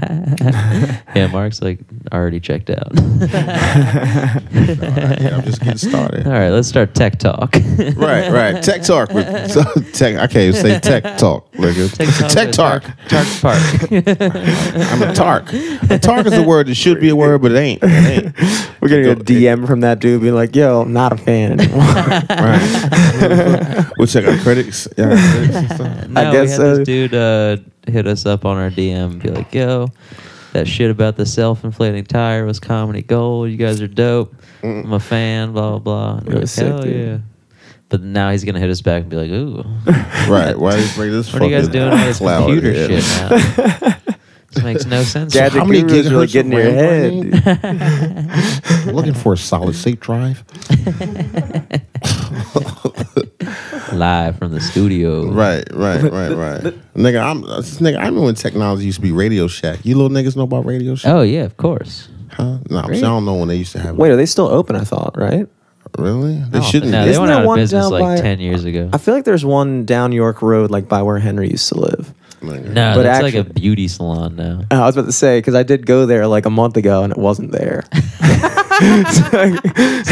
yeah, Mark's like already checked out. I'm just getting started. All right, let's start tech talk. right, right. Tech talk. With, so, tech. I can't even say tech talk. Nigga. Tech Tech talk. talk. Tark Park. I'm a tark. A tark is a word that should be a word, but it ain't. It ain't. We're getting a Go- DM from that dude being like, yo, not a fan. Right. we'll check our critics. Yeah, our critics and stuff. No, guess, we had uh, this dude uh, hit us up on our DM, and be like, "Yo, that shit about the self-inflating tire was comedy gold. You guys are dope. I'm a fan. Blah blah blah." And Mm. It we're was like, sick, Hell dude. yeah! But now he's gonna hit us back and be like, "Ooh, Right. Why do you bring this? what are you guys fucking doing with this cloud computer shit in? now? this makes no sense." Gadget How many gurus really gigahertz get in of your RAM head. do I need? dude. Looking for a solid state drive. Live from the studio. Right, right, right, right. nigga, I'm nigga. I remember when technology used to be Radio Shack. You little niggas know about Radio Shack? Oh yeah, of course. Huh? No, I'm saying I don't know when they used to have. Wait, are they still open? I thought, right? it. really? They I don't shouldn't. think- No, be. they Isn't went there out of one business down like by- ten years ago. I feel like there's one down York Road, like by where Henry used to live. Nigga. no, but it's like a actually- beauty salon now. Uh, I was about to say because I did go there like a month ago and it wasn't there. so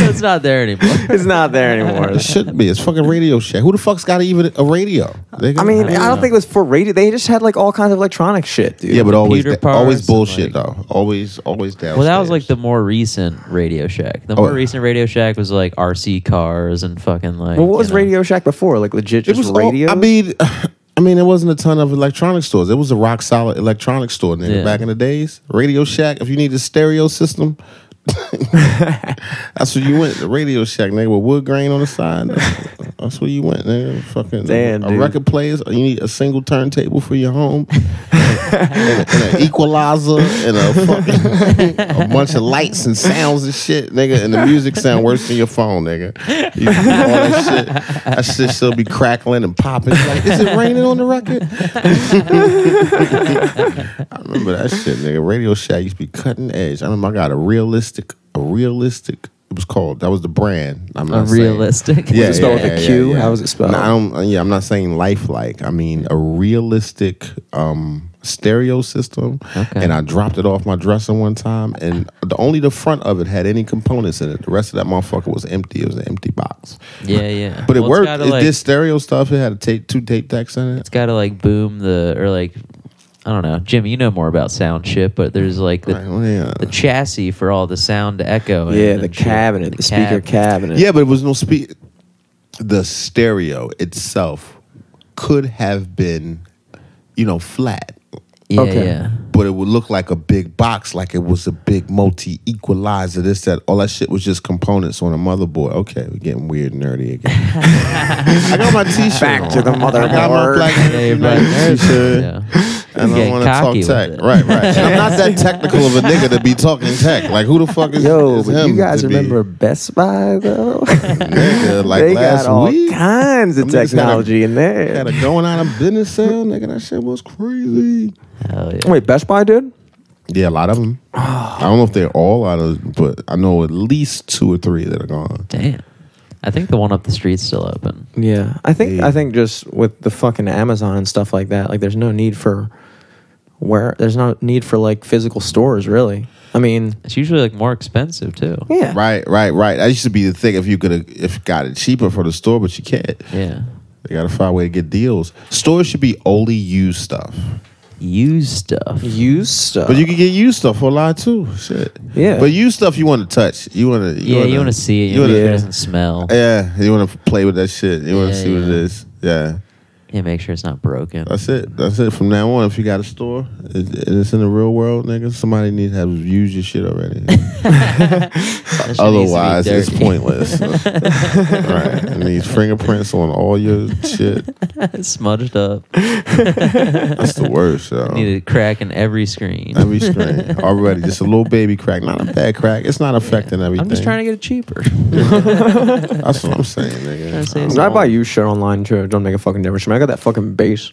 it's not there anymore. It's not there anymore. It should be. It's fucking Radio Shack. Who the fuck's got even a radio? Nigga? I mean, I don't think it was for radio. They just had like all kinds of electronic shit, dude. yeah, but always, computer that- parts and, always like- bullshit though. Always, always down. Well, that was like the more recent Radio Shack. The more yeah. recent Radio Shack was like RC cars and fucking like. Well, what was you know. Radio Shack before? Like legit, It just was radio. radio. I mean, I mean, there wasn't a ton of electronic stores. It was a rock solid electronic store, nigga. Yeah. Back in the days, Radio Shack. If you need a stereo system, that's where you went. The Radio Shack, nigga, with wood grain on the side. That's, that's where you went, nigga. Fucking Damn, a dude. record players. You need a single turntable for your home, and, a, and an equalizer, and a fucking a bunch of lights and sounds and shit, nigga. And the music sound worse than your phone, nigga. You do all that shit. That shit still be crackling and popping. It's Like, is it raining on the record? I remember that shit, nigga. Radio Shack used to be cutting edge. I remember I got a realistic, a realistic. It was called. That was the brand. I'm A not saying- realistic. Yeah, it spelled yeah, with a yeah, Q? yeah. How was it spelled? No, I don't, uh, yeah, I'm not saying lifelike. I mean a realistic um, stereo system. Okay. And I dropped it off my dresser one time, and the, only the front of it had any components in it. The rest of that motherfucker was empty. It was an empty box. Yeah, yeah. But it Well, it's worked. gotta, It like, did stereo stuff. It had a tape, two tape decks in It's it. got to like boom the or like I don't know, Jim. You know more about sound shit, but there's like the Right, well, yeah. the chassis for all the sound to echo. in yeah, and the shit. cabinet, the, speaker cab- cabinet. Yeah, but it was no speed. The stereo itself could have been, you know, flat. Yeah, Okay. yeah. but it would look like a big box, like it was a big multi equalizer. This, that, all that shit was just components on a motherboard. Okay, we're getting weird, nerdy again. I got my t-shirt Back on. to the I got my motherboard. black Hey, bro, United there's- t-shirt. yeah. I don't Getting want to cocky talk with tech. it. Right, right. And I'm not that technical of a nigga to be talking tech. Like, who the fuck is, Yo, is but you him guys to be- remember Best Buy though? Nigga, like they last got all week. kinds of Them niggas had a- technology in there. Had a going out of business sale, nigga. That shit was crazy. Hell yeah. Wait, Best Buy did? Yeah, a lot of them. I don't know if they're all out of, but I know at least two or three that are gone. Damn. I think the one up the street's still open. Yeah, I think Yeah. I think just with the fucking Amazon and stuff like that, like there's no need for where there's no need for like physical stores really. I mean, It's usually like more expensive too. yeah, Right, right, right. That used to be the thing. If you could, have if got it cheaper for the store, but you can't. Yeah. They gotta find a way to get deals. Stores should be only used stuff, Used stuff. Used stuff. but you can get used stuff for a lot too. Shit. Yeah. But used stuff you want to touch. You want to. yeah, you want to see it. You want wanna- to Yeah. it doesn't smell. Yeah, you want to play with that shit. You want to Yeah, see what it yeah. is. Yeah, Yeah, make sure it's not broken. that's it. That's it. From now on, if you got a store and it's in the real world, nigga, somebody needs to have used your shit already. That shit needs to be Otherwise, it's dirty. pointless. right. And these fingerprints on all your shit. It's smudged up. That's the worst, yo. Need a crack in every screen. Every screen already, just a little baby crack, not a bad crack. It's not affecting everything. I'm just trying to get it cheaper. get. That's what I'm saying, nigga. Trying to save some I'm When I buy all- used shit online too, it don't make a fucking difference. I, mean, I got that fucking base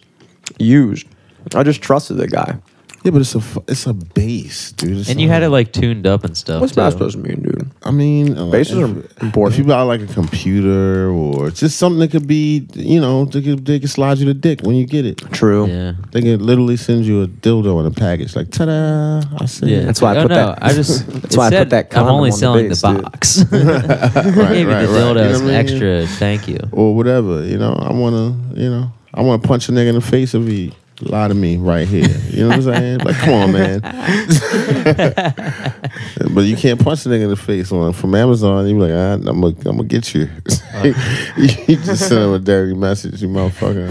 used. I just trusted the guy. Yeah, but it's a fu- it's a bass, dude. It's And you not- had it like tuned up and stuff. What's too. bass supposed to mean, dude? I mean, uh, Basses if- are important. If you buy like a computer or just something that could be, you know, they could, they could slide you the dick when you get it. True. Yeah. They can literally send you a dildo in a package, like ta da! I sent Yeah, it. That's why I oh, put no, that- I just. that's it why I put said, that I'm condom only on the selling the, base, dude." box. Maybe right, the right. You know dildo is what I mean? extra. Thank you. or whatever. You know, I want to, you know, I want to punch a nigga in the face if he lie to me right here. You know what I'm saying? Like, come on, man. but you can't punch a nigga in the face on from Amazon. You be like, I, I'm gonna, I'm gonna get you. you just send him a dirty message, you motherfucker.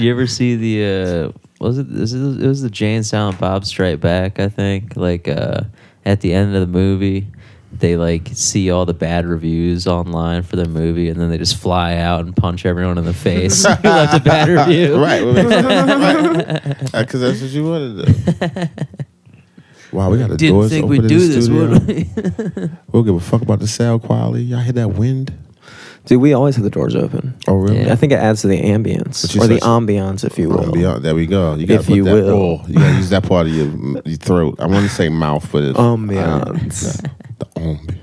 You ever see the uh was it this is it was the Jane Silent Bob Strike Back, I think. Like uh at the end of the movie they like see all the bad reviews online for the movie and then they just fly out and punch everyone in the face who left a bad review. right? Because Uh, that's what you want to do. Wow, we got the Didn't doors think open we'd in do the this, studio. would we? We'll give a fuck about the sound quality. Y'all hear that wind? Dude, we always have the doors open. Oh, really? Yeah. I think it adds to the ambience But you or the said- ambiance, if you will. Well, beyond- there we go. You gotta If put you that, will. Oh, you gotta use that part of your, your throat. I want to say mouth, but it's Ambiance. I- the ambiance.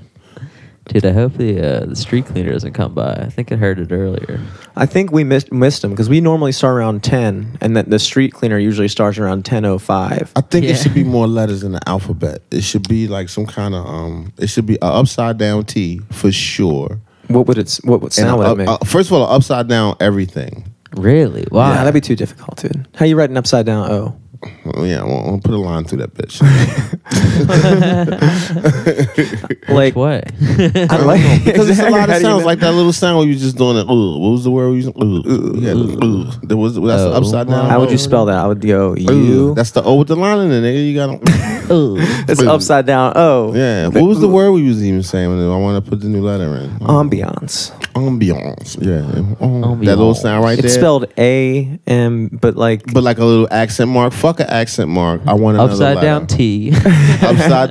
Dude, I hope the uh, the street cleaner doesn't come by. I think I heard it earlier. I think we missed missed them because we normally start around ten, and that the street cleaner usually starts around ten oh five. I think Yeah. it should be more letters in the alphabet. It should be like some kind of um. It should be a upside down T for sure. What would it? What would And sound a would up- it make? a- first of all, a upside down everything. Really? Wow. Nah, that'd be too difficult, dude. How you writing upside down O? Oh, Yeah, we'll, we'll put a line through that bitch. Like what? I like Because it's a Exactly. lot How of do you sounds know? like that little sound where you just doing it. Ooh, what was the word we used? Ooh, ooh, yeah, ooh. There was that's the Oh. upside down. How would O. you spell that? I would go Ooh, U. That's the O with the line in it, nigga. You got. It's upside down Oh. O. Yeah. What was the word we was even saying? when I want to put the new letter in. Um, Ambiance. Ambiance. Yeah. Ambiance. That little sound right there. It's spelled A M, but like But like a little accent mark. Fuck an accent mark. I want another Upside down letter. T. Upside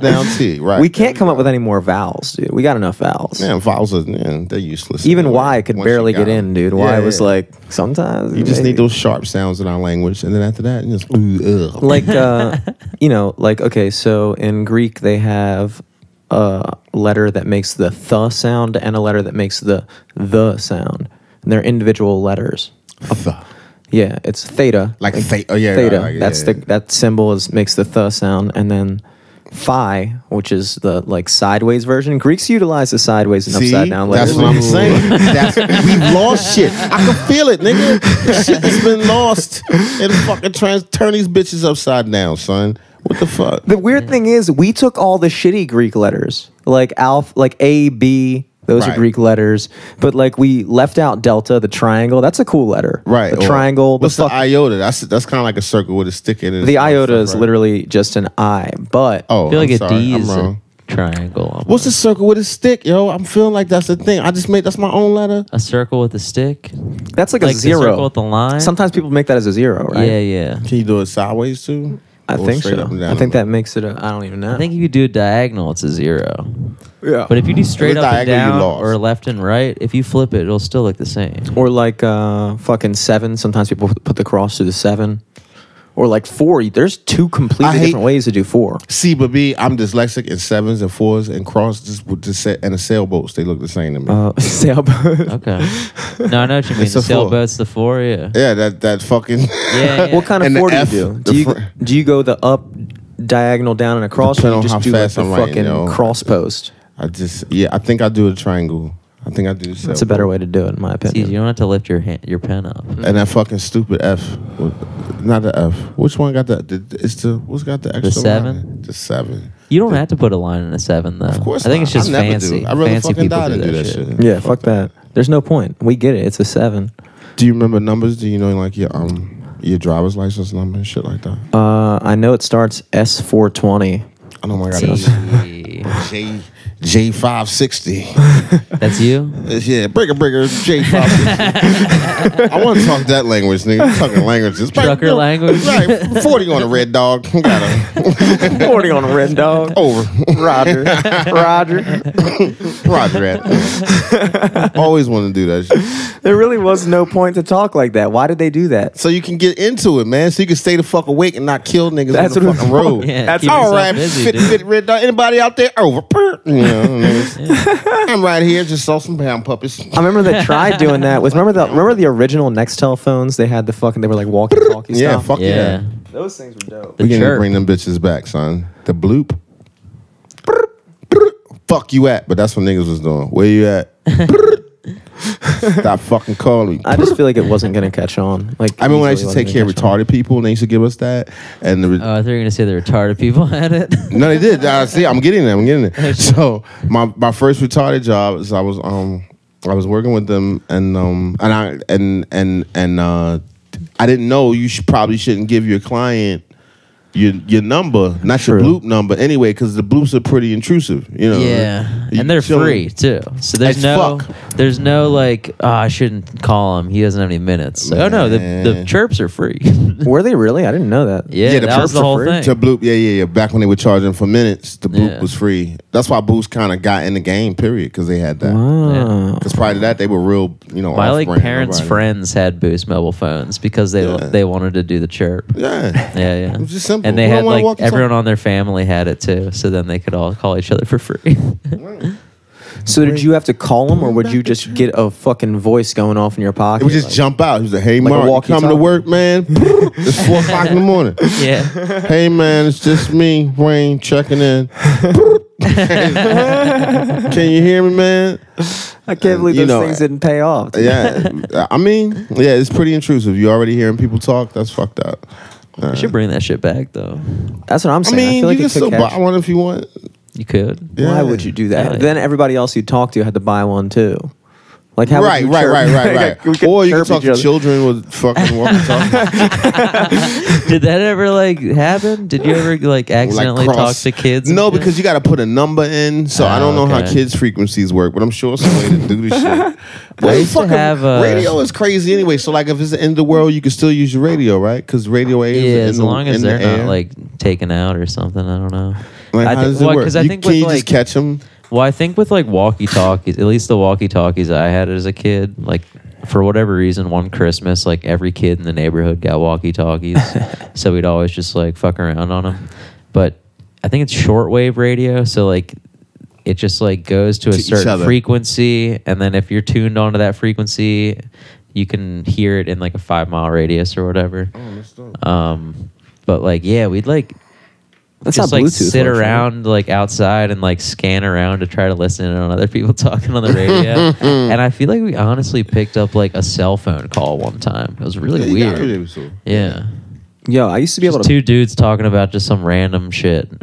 down T. Right. we can't come up with any more vowels, dude. We got enough vowels. Man, vowels are man, they're useless. Even Like, Y could once you barely got get in, them. dude. Yeah, Y was yeah. like sometimes You just maybe. need those sharp sounds in our language, and then after that, you just ooh, ugh. like uh, you know, like okay, so in Greek they have a letter that makes the th sound and a letter that makes the the sound, and they're individual letters. Th- Yeah, it's theta. like theta. Oh yeah, theta. right, yeah, that's yeah. the that symbol is makes the th sound, and then phi, which is the like sideways version. Greeks utilize the sideways and upside down letters. That's what I'm saying. That's, we lost shit. I can feel it, nigga. Shit has been lost. And fucking trans turn these bitches upside down, son. What the fuck? The weird thing is, we took all the shitty Greek letters, like alpha, like A, B. Those Right. are Greek letters, but like we left out delta, the triangle. That's a cool letter, Right. The or- triangle, the What's the, fuck. iota? That's that's kind of like a circle with a stick in it. The, iota is literally just an I, but Oh, I feel I'm like a sorry. D I'm is a wrong. triangle. What's a circle with a stick, yo? I'm feeling like that's the thing. I just made that's my own letter. A circle with a stick? that's like, Like a the zero. circle with the line? Sometimes people make that as a zero, right? Yeah, yeah. Can you do it sideways too? I Or think straight so. up and I down? think that makes it. A, I don't even know. I think if you do a diagonal, it's a zero. yeah. But if you do straight up and diagonal, you down lost. or left and right, if you flip it, it'll still look the same. or like uh, fucking seven. Sometimes people put the cross through the seven, or like four. There's two completely I hate- different ways to do four. C but B, I'm dyslexic and sevens and fours and cross just with the set and the sailboats, they look the same to me. Uh, sailboat. Okay. No, I know what you mean. It's The a four. sailboat's the four, yeah. yeah, that that fucking Yeah, yeah. What kind of And the four F, do you do? the Do you, fr- do you go the up, diagonal, down, and across, or Depend you on just how do like fast the I'm writing, fucking yo. cross post? I just yeah, I think I do a triangle. I think I do. That's a better way to do it, in my It's easy. You opinion. don't have to lift your hand, your pen up. And that fucking stupid F, not the F. Which one got the? the it's the what's got the extra? seven? line? The seven. You don't have to put a line in a seven, though. Of course. I think not. it's just I never fancy. Do. I really fancy fucking people die to do that, shit. Yeah, fuck that. There's no point. We get it. It's a seven. Do you remember numbers? Do you know like your um your driver's license number and shit like that? Uh, I know it starts S four twenty. I know my god. Gee. J. J J five sixty. That's you. Yeah, breaker breaker J five sixty. I want to talk that language, nigga. I'm talking language. It's like, Trucker no, language? Right, forty on a red dog. Gotta Forty on a red dog. over. Roger, Roger. Roger that. Always want to do that. shit. There really was no point to talk like that. Why did they do that? So you can get into it, man. So you can stay the fuck awake and not kill niggas That's on the what fucking it's for. road. Yeah, That's- keep All yourself right, busy, fit, dude. fit, red dog. Anybody out there? Over. You know, niggas. I'm right here. Just saw some pound puppies. I remember they tried doing that. Was remember the remember the original Nextel phones? They had the fucking. They were like walkie talkie Yeah, stuff. fuck yeah. Yeah. Those things were dope. The we gonna jerk. bring them bitches back, son. The bloop. Brrr, brrr. Fuck you at, but that's what niggas was doing. Where you at? Brrr. Stop fucking calling me. I just feel like it wasn't gonna catch on. Like I remember when I used easily to take wasn't care of gonna catch on. retarded people, and they used to give us that. And the re- Oh, I thought you were gonna say the retarded people had it. no, they did. Uh, see, I'm getting it. I'm getting it. So my my first retarded job is I was um I was working with them and um and I and and and uh I didn't know you should probably shouldn't give your client your your number, not True. your bloop number anyway, because the bloops are pretty intrusive. You know. yeah, You and they're chilling. free too. So there's As no, fuck. there's no like, oh, I shouldn't call him. He doesn't have any minutes. Like, oh no, the the Man. chirps are free. Were they really? I didn't know that. yeah, that was perps the are whole free. thing. To bloop, yeah, yeah, yeah. Back when they were charging for minutes, the bloop Yeah. was free. That's why Boost kind of got in the game, period, because they had that. Wow. Because prior to that, they were real, you know. My like off-brand, parents' nobody- friends had Boost mobile phones because they Yeah. they wanted to do the chirp. Yeah. Yeah, yeah. was just simple. And they We don't had wanna like walk the everyone on their family had it too, so then they could all call each other for free. So did you have to call them, or would you just get a fucking voice going off in your pocket? It would just Like, jump out. He was like, "Hey, Like a Mark, you walkie-talkie. coming to work, man? it's four o'clock in the morning. yeah, hey, man, it's just me, Wayne, checking in. Can you hear me, man? I can't believe you those know, things didn't pay off. Yeah, I mean, yeah, it's pretty intrusive. You already hearing people talk? That's fucked up. you should bring that shit back though. That's what I'm I saying. I, mean, feel like you it can could still catch. buy one if you want. You could. Yeah. Why would you do that? Yeah. Then everybody else you talked to had to buy one too. Like how Right, would you right, chirp? right, right, right, Like, we could Or you can chirp talk each to other. children with fucking walkie-talkie. Did that ever like happen? Did you ever like accidentally cross- talk to kids? and No, shit? because you got to put a number in. So I Oh, don't know how okay. kids' frequencies work, but I'm sure it's a way to do this shit. But used to fucking have, uh, radio is crazy anyway. So like, if it's the end of the world, you can still use your radio, right? Because radio is yeah, in as the- long as in the they're air. not like taken out or something. I don't know. Like, I how thi- does it well, work? 'cause I You- think can with you like just catch them? well, I think with like walkie talkies, at least the walkie talkies I had as a kid, like for whatever reason, one Christmas, like every kid in the neighborhood got walkie talkies, so we'd always just like fuck around on them. But I think it's shortwave radio, so like it just like goes to a To each certain other. frequency, and then if you're tuned onto that frequency, you can hear it in like a five mile radius or whatever. Um, but like, yeah, we'd like That's just how like Bluetooth sit works, right? around like outside and like scan around to try to listen in on other people talking on the radio. and I feel like we honestly picked up like a cell phone call one time. It was really You gotta do weird. that, so. Yeah, Yo, I used to be able just to. two dudes talking about just some random shit.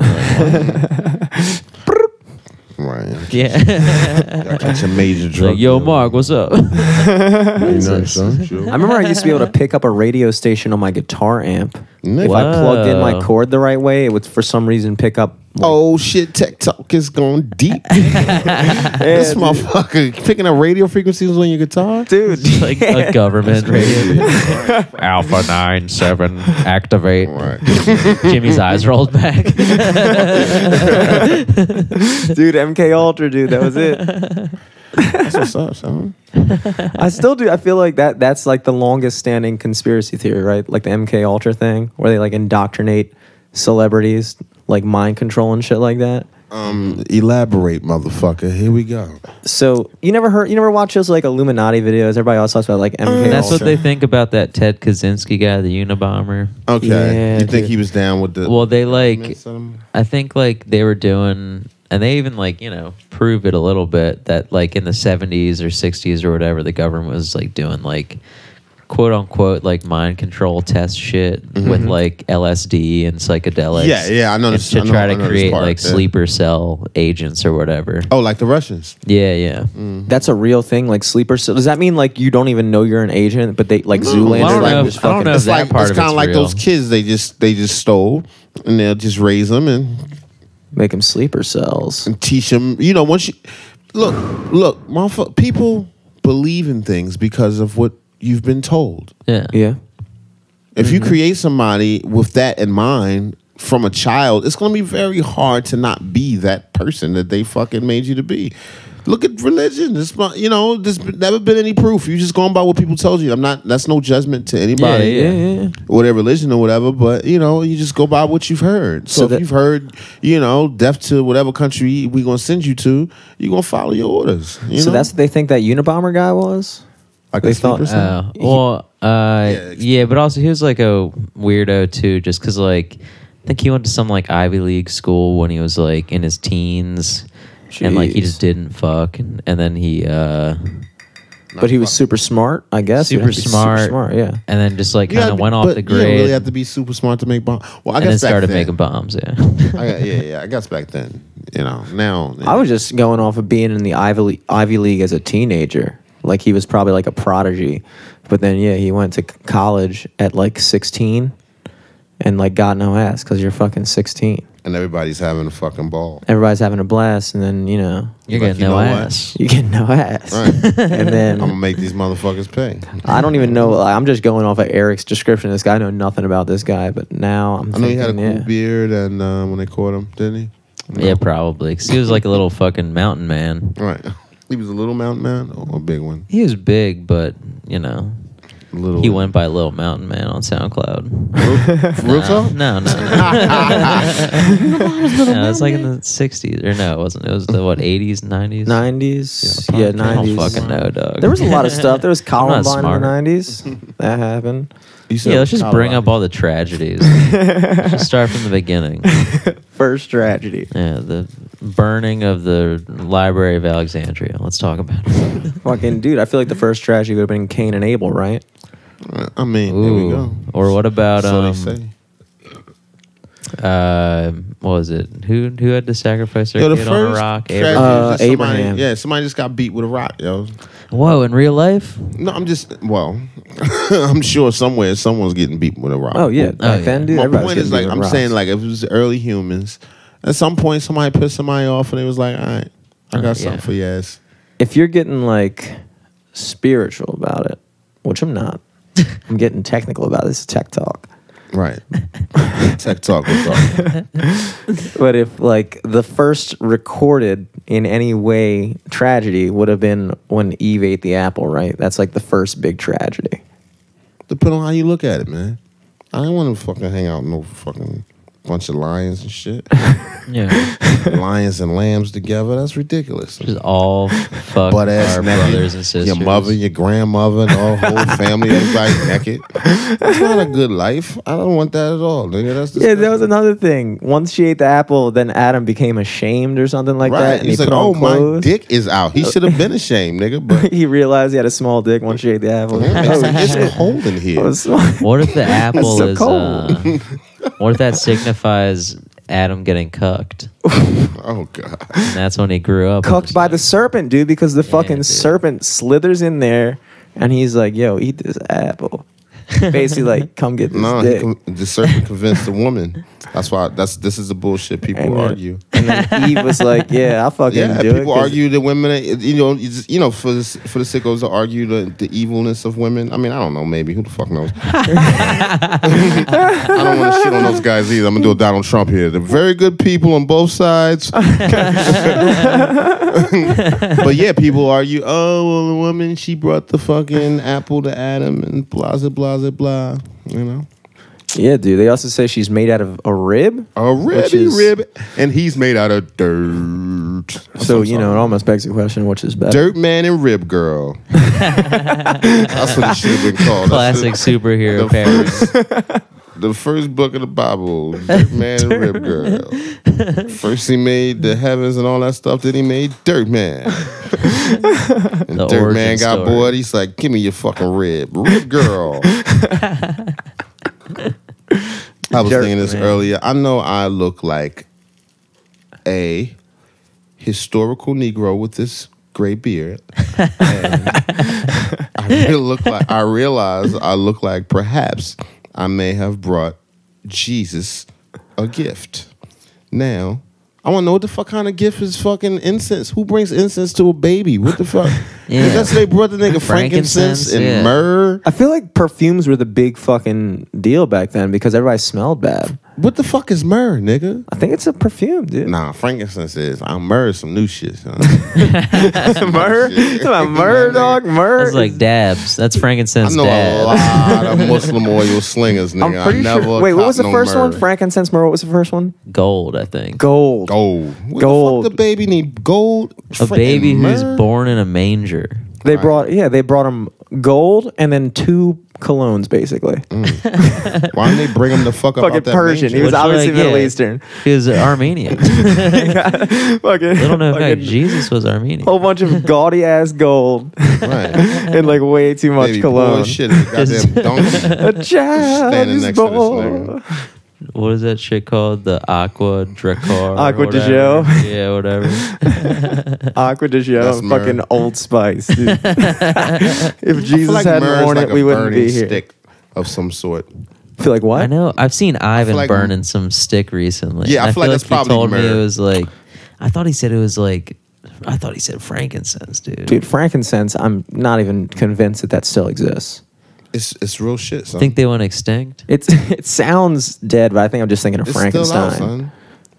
Like, Right. yeah, Gotta Catch a major drug. like yo, dealer. Mark, what's up? You know, son. Sure. I remember I used to be able to pick up a radio station on my guitar amp. Nick. If I plugged in my Wow. cord the right way, it would for some reason pick up. Oh shit, tech talk is going deep. this motherfucker picking up radio frequencies on your guitar? Dude, like a government radio. Alpha nine seven activate. Jimmy's eyes rolled back. dude, MK Ultra, dude, that was it. That's what's up, son. I still do. I feel like that. That's like the longest standing conspiracy theory, right? Like the MK Ultra thing, where they like indoctrinate celebrities, like mind control and shit like that. Um, elaborate, motherfucker. Here we go. So you never heard, you never watch those like Illuminati videos. Everybody else talks about like MK. And that's what Ultra. they think about that Ted Kaczynski guy, the Unabomber. Okay. Yeah, you think dude. he was down with the Well, they like, Some- I think like they were doing, and they even like, you know, prove it a little bit that like in the 70s or 60s or whatever, the government was like doing like quote unquote like mind control test shit with like LSD and psychedelics. Mm-hmm. Yeah, yeah, I know and this- To I know- try I know to this create part, like yeah. sleeper cell agents or whatever. Oh, Mm. like the Russians. Yeah, yeah. That's a real thing, like sleeper. So does that mean like you don't even know you're an agent, but they like Zoolander? Well, I don't like, know just if- I don't fucking- know if It's that like part it's of it's kind of like real. those kids they just they just stole and they'll just raise them and Make them sleeper cells. and teach them. You know, once you look, look, motherfucker, people believe in things because of what you've been told. Yeah. Yeah. If Mm-hmm. you create somebody with that in mind from a child, it's going to be very hard to not be that person that they fucking made you to be. Look at religion. It's my, you know, there's never been any proof. You're just going by what people told you. I'm not. That's no judgment to anybody. Yeah. Yeah. yeah, yeah. whatever religion or whatever, but you know, you just go by what you've heard. So, So if that- you've heard, you know, deaf to whatever country we gonna send you to, you gonna follow your orders. You so know? that's what they think that Unabomber guy was. like they a thought- sleeper cell. Uh, well, uh, yeah, but also he was like a weirdo too, just because like I think he went to some like Ivy League school when he was like in his teens, and like he Jeez. just didn't fuck, and, and then he uh, But he was super smart, I guess. You'd super have to be smart, Super smart, yeah. and then just like You kind gotta of be- went off but the You don't grid, really have to be super smart to make bomb. Well, I and then guess back started then, making bombs. Yeah, I got, yeah, yeah, I guess back then. You know, now I was just going off of being in the Ivy League, Ivy League as a teenager. Like he was probably like a prodigy, but then yeah, he went to c- college at like 16, and like got no ass because you're fucking 16. and everybody's having a fucking ball. Everybody's having a blast, and then you know you're But getting you no know what? ass. you get no ass, Right. and then I'm gonna make these motherfuckers pay. I don't even know. I'm just going off of Eric's description. of This guy, I know nothing about this guy, but now I'm. I know he had a cool thinking, yeah. beard, and uh, when they caught him, didn't he? Yeah, probably. 'cause he was like a little fucking mountain man. Right. He was a little mountain man or a big one. He was big, but you know, Little. he went by Little Mountain Man on SoundCloud. Real talk? No, no, no. no, it's like in the '60s, or no, it wasn't. It was the what '80s, '90s. 90s, yeah, 90s. I don't fucking know, dog. There was a lot of stuff. There was I'm not Columbine in smart. the 90s. That happened. You Yeah, let's just bring up Colorado. all the tragedies. Let's just start from the beginning. First tragedy. Yeah, the burning of the Library of Alexandria. Let's talk about it. Fucking dude, I feel like the first tragedy would have been Cain and Abel, right? I mean, there we go. Ooh. Or what about so um, they say. uh, what was it? Who who had to sacrifice their Yo, kid on a rock? tragedy Abraham. is Uh, just somebody- Abraham. Yeah, somebody just got beat with a rock, yo. Whoa, in real life? No, I'm just well, I'm sure somewhere someone's getting beat with a rock. Oh, yeah. Back yeah. then, dude, My everybody was point is getting like I'm rocks. saying like if it was early humans, at some point somebody pissed somebody off and it was like, all right, I got Uh, something yeah. for your ass. If you're getting like spiritual about it, which I'm not, I'm getting technical about it. This is tech talk. Right. Tech talk was up. But if like the first recorded in any way tragedy would have been when Eve ate the apple, right? That's like the first big tragedy. Depending on how you look at it, man. I don't want to fucking hang out with no fucking bunch of lions and shit. Yeah. lions and lambs together. That's ridiculous. Just all fuck butt ass our naked. brothers and sisters. Your mother, your grandmother, and all whole family everybody naked. That's not a good life. I don't want that at all, nigga. That's Yeah, disgusting. that was another thing. Once she ate the apple, then Adam became ashamed or something like right. that, and He's he like, put on oh my clothes. dick is out. He should have been ashamed, nigga. But he realized he had a small dick once she ate the apple. man, it's, Oh, like, it's shit. cold in It here. was small. What if the apple so is? cold. Uh, what if that signifies Adam getting cucked? oh god. And that's when he grew up. Cooked by the serpent, dude, because the fucking dude. serpent slithers in there, and he's like, "Yo, eat this apple." Basically, like, come get this No, he dick. con- the serpent convinced the woman. That's why. That's this is the bullshit people And then- argue. And then Eve was like, "Yeah, I'll fucking Yeah, do it." people 'cause argue that women, are- you know, you, just, you know, for the, for the sickos to argue the, the evilness of women. I mean, I don't know, maybe who the fuck knows. I don't want to shit on those guys either. I'm gonna do a Donald Trump here. They're very good people on both sides, but yeah, people argue. Oh, well, the woman she brought the fucking apple to Adam and blah blah blah blah. blah you know, Yeah, dude. They also say she's made out of a rib. a Which ribby is- rib, and he's made out of dirt. So you know, it almost begs the question, which is Uh, better? Dirt Man and Rib Girl. That's what it should have been called. That's classic superhero The parody. The, the first book of the Bible, Dirt Man and Rib Girl. First he made the heavens and all that stuff. Then he made Dirt Man. and The Dirt Man origin got story. bored. He's like, "Give me your fucking rib, Rib Girl." I was Dirt thinking this Man. earlier. I know I look like a historical Negro with this gray beard. I really look like I realize I look like perhaps I may have brought Jesus a gift. Now I want to know what the fuck kind of gift is fucking incense. Who brings incense to a baby? What the fuck? Yeah. That's they brought the nigga Frankincense, frankincense and yeah. myrrh. I feel like perfumes were the big fucking deal back then because everybody smelled bad. What the fuck is myrrh, nigga? I think it's a perfume, dude. Nah, frankincense is. I'm myrrh is some new shit. son. myrrh? shit. Talking about myrrh, dog? Myrrh? That's like dabs. That's I frankincense know a dabs. lot of Muslim oil slingers, I'm nigga. pretty I never sure. Wait, what copped was the no first one? myrrh. Frankincense, myrrh. What was the first one? Gold, I think. Gold. Gold. What Gold. The, fuck the baby need gold. A Fra- baby and who's myrrh? born in a manger. They brought, yeah, they brought him gold and then two colognes, basically. Why didn't they bring him the fuck up Fucking out Mm, that Persian. manger? He was Which, obviously like, Middle yeah, Eastern. He was Armenian. fucking, Little known fact, fucking Jesus was Armenian. Oh. whole bunch of gaudy ass gold Right. and like way too much Baby poor cologne. as shit. is a Goddamn donkey. A child Standing is next to this born. What is that shit called? The Aqua Dracar. Aqua di whatever. Gio. Yeah, whatever. Aqua de Gio, That's myrrh. fucking Old Spice. dude. if I feel Jesus like hadn't myrrh is worn like it, a we wouldn't burning be here. stick of some sort. I feel like what? I know. I've seen Ivan like- burning some stick recently. Yeah, I and feel like that's he probably told me myrrh. it was like. I thought he said it was like. I thought he said frankincense, dude. Dude, frankincense, I'm not even convinced that that still exists. It's it's real shit. I Son. think they went extinct. It's it sounds dead, but I think I'm just thinking of it's Frankenstein. still out, son.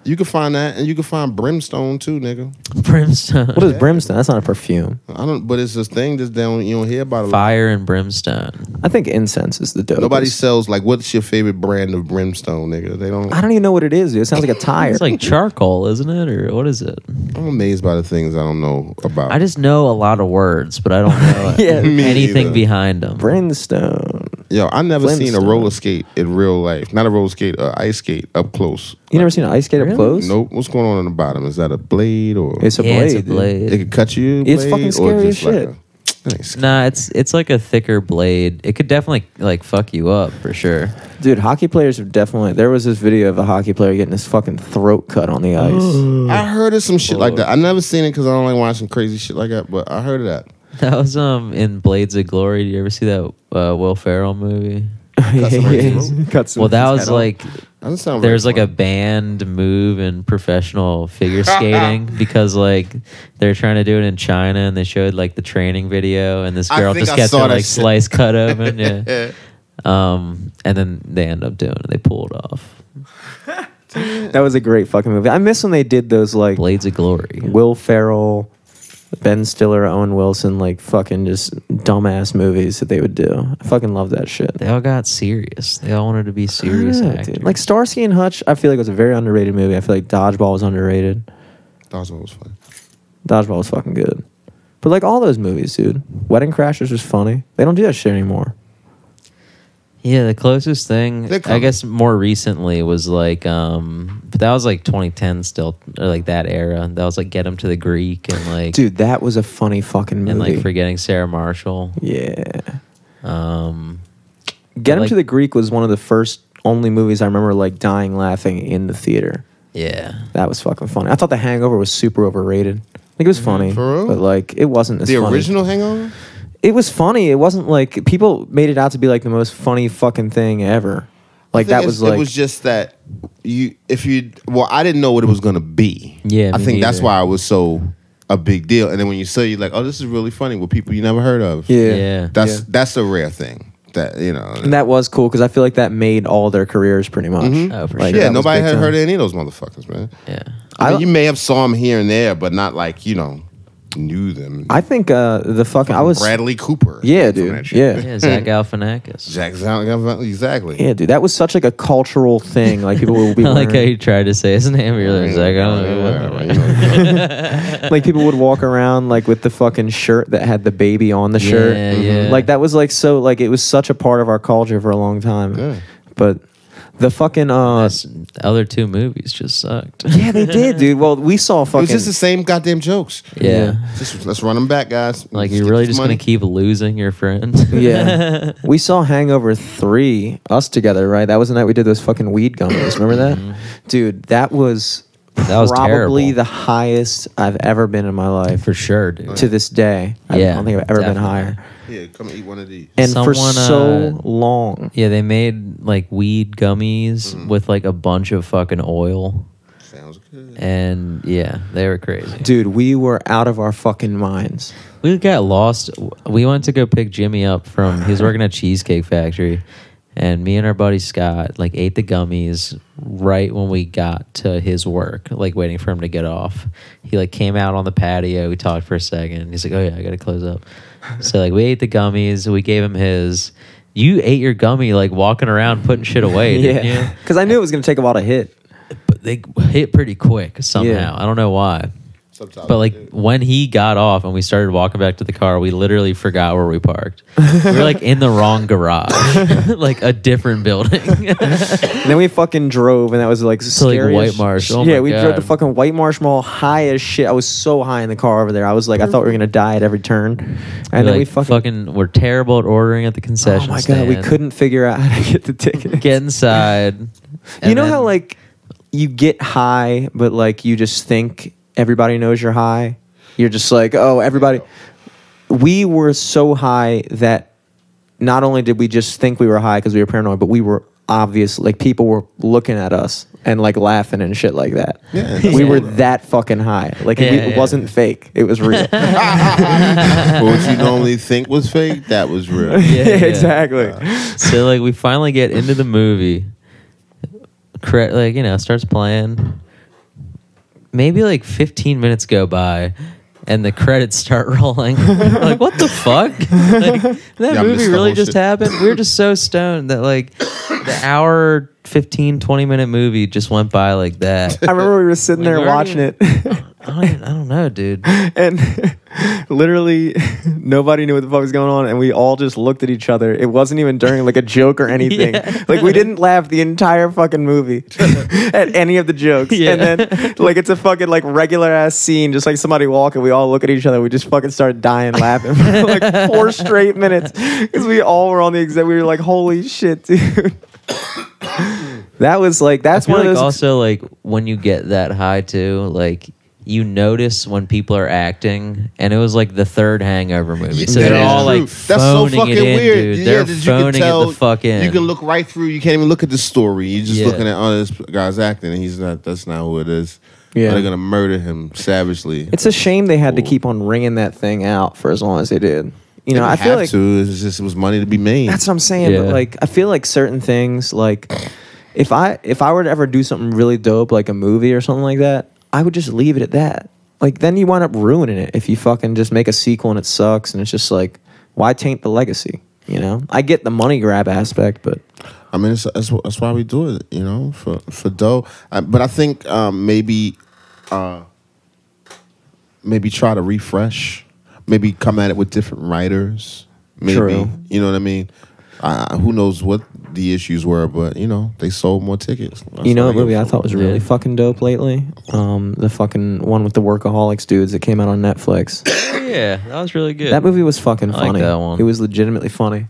You can find that, and you can find brimstone too, nigga. Brimstone. What is brimstone? That's not a perfume. I don't, but it's this thing that they don't, you don't hear about a lot. Fire and brimstone. I think incense is the dope. Nobody sells like what's your favorite brand of brimstone, nigga? They don't. I don't even know what it is. Dude. It sounds like a tire. It's like charcoal, isn't it? Or what is it? I'm amazed by the things I don't know about. I just know a lot of words, but I don't know Yeah. Me anything either. behind them. brimstone. Yo, I never seen a Flintstone. roller skate in real life. Not a roller skate, uh, ice skate up close. You never seen an ice skate up Really? close? Nope. What's going on in the bottom? Is that a blade or? It's a yeah, blade. it's a dude. blade. it could cut you. It's blade, fucking or scary just as like shit. a- That ain't scary. Nah, it's it's like a thicker blade. It could definitely like fuck you up for sure. Dude, hockey players have definitely. There was this video of a hockey player getting his fucking throat cut on the ice. I heard of some shit like that. I never seen it because I don't like watching crazy shit like that. But I heard of that. That was um in Blades of Glory. Do you ever see that uh, Will Ferrell movie? Cut somebody's throat. Well, that was like That doesn't sound. there's very like a fun. banned move in professional figure skating because like they're trying to do it in China and they showed like the training video and this I girl think just I gets saw her that like shit. slice cut open. Yeah. um, and then they end up doing it. They pull it off. that was a great fucking movie. I miss when they did those like Blades of Glory. Will Ferrell, Ben Stiller, Owen Wilson, like fucking just dumbass movies that they would do. I fucking love that shit. They all got serious. They all wanted to be serious Yeah, Ah, dude. actors. Like Starsky and Hutch, I feel like it was a very underrated movie. I feel like Dodgeball was underrated. That was what was fun. Dodgeball was fucking good. But like all those movies, dude. Wedding Crashers was funny. They don't do that shit anymore. Yeah, the closest thing They're I coming. guess more recently was like um but that was like 2010 still or like that era. That was like get him to the Greek and like Dude, that was a funny fucking movie. and like forgetting Sarah Marshall. yeah. Um Get Him like- to the Greek was one of the first only movies I remember like dying laughing in the theater. yeah. That was fucking funny. I thought The Hangover was super overrated. Like it was funny, Mm, For real? but like it wasn't as The funny. original Hangover. It was funny. It wasn't like people made it out to be like the most funny fucking thing ever. Like I think that it's- was like it was just that you if you well I didn't know what it was gonna be. Yeah, I me think that's neither. why it was so a big deal. And then when you saw it, you're like, oh, this is really funny with people you never heard of. yeah. Yeah. that's yeah. that's a rare thing that you know. And that was cool because I feel like that made all their careers pretty much. Oh, for Like, sure. Mm-hmm. yeah, that was nobody big had time. heard of any of those motherfuckers, man. Yeah. I mean, you may have saw them here and there, but not like you know knew them. I think uh, the fucking I was Bradley Cooper. yeah, from that dude, shit. yeah. Yeah, Zach Galifianakis. Jack Zalgava- exactly. Yeah, dude, that was such like a cultural thing. Like people would be I like how wearing- you tried to say his name earlier, Zach. I don't know. Whatever, you know, like people would walk around like with the fucking shirt that had the baby on the shirt. Yeah, yeah. Like that was like so like it was such a part of our culture for a long time. Yeah. But the fucking uh That's- the other two movies just sucked. yeah, they did, dude. Well, we saw It fucking was just the same goddamn jokes. Yeah. Just, let's run them back, guys. Like Let's you're get really this just money. gonna keep losing your friend. yeah. we saw Hangover 3 us together, right? That was the night we did those fucking weed gummies. Remember that? Dude, that was Mm-hmm. That was probably terrible. the highest I've ever been in my life for sure, dude. to this day. I Yeah, don't think I've ever been definitely. higher. Here, come eat one of these. And for Someone, so uh, long. Yeah, they made like weed gummies with like a bunch of fucking oil. Sounds Eh, good. and yeah, they were crazy. Dude, we were out of our fucking minds. We got lost. We went to go pick Jimmy up from he was working at Cheesecake Factory, and me and our buddy Scott like ate the gummies right when we got to his work, like waiting for him to get off. He like came out on the patio. We talked for a second. He's like, "Oh yeah, I gotta close up." So like we ate the gummies. We gave him his. You ate your gummy like walking around putting shit away, didn't you? Because I knew it was going to take a while to hit. But they hit pretty quick somehow. I don't know why. Sometimes But we like do. when he got off and we started walking back to the car, we literally forgot where we parked. we were like in the wrong garage, like a different building. And then we fucking drove, and that was like like, scary as White Marsh. sh- Oh, yeah, my we drove to God. fucking White Marsh Mall high as shit. I was so high in the car over there. I was like, I thought we were gonna die at every turn. And then like, we fucking, we're terrible at ordering at the concession. oh my god, stand. we couldn't figure out how to get the ticket. get inside. you and know then- how like you get high, but like you just think everybody knows you're high. You're just like, oh, everybody. We were so high that not only did we just think we were high because we were paranoid, but we were obvious. Like people were looking at us and like laughing and shit like that. Yeah, we yeah. were that fucking high. Like Yeah, we- it yeah. wasn't fake. It was real. yeah, but what you normally think was fake, that was real. Yeah, yeah. exactly. so like we finally get into the movie correct like you know starts playing maybe like 15 minutes go by and the credits start rolling We're like what the fuck like, that Yeah, I missed movie the really whole just shit. happened we were just so stoned that like the hour 15 20 minute movie just went by like that I remember we were sitting Like, there we already- watching it. i don't, even- I don't know dude and literally nobody knew what the fuck was going on and we all just looked at each other it wasn't even during like a joke or anything Yeah. like we didn't laugh the entire fucking movie at any of the jokes Yeah. and then like it's a fucking like regular ass scene just like somebody walking we all look at each other we just fucking start dying laughing for like four straight minutes because we all were on the exact we were like holy shit dude that was like I that's feel one of like those also like when you get that high too, like you notice when people are acting, and it was like the third Hangover movie, so they're That is all true. like phoning it in, dude. They're that you can phoning it tell- the fuck in. You can look right through. You can't even look at the story. You're just Yeah. looking at oh, this guy's acting, and he's not. That's not who it is. Yeah. they're gonna murder him savagely. it's a shame they had to keep on ringing that thing out for as long as they did you know They i didn't feel have like to. It's just it was money to be made. That's what I'm saying. But Yeah. like, I feel like certain things, like if I if I were to ever do something really dope, like a movie or something like that, I would just leave it at that. Like then you wind up ruining it if you fucking just make a sequel and it sucks and it's just like, why taint the legacy? You know, I get the money grab aspect, but I mean, it's, that's wh- that's why we do it, you know, for for dough. I, but I think um, maybe, uh, maybe try to refresh. Maybe come at it with different writers. Maybe True. you know what I mean. Uh, who knows what the issues were, but you know they sold more tickets. That's you know what what movie I give a thought was Yeah. really fucking dope lately? Um, the fucking one with the workaholics dudes that came out on Netflix. yeah, that was really good. That movie was fucking I like funny. that one. It was legitimately funny.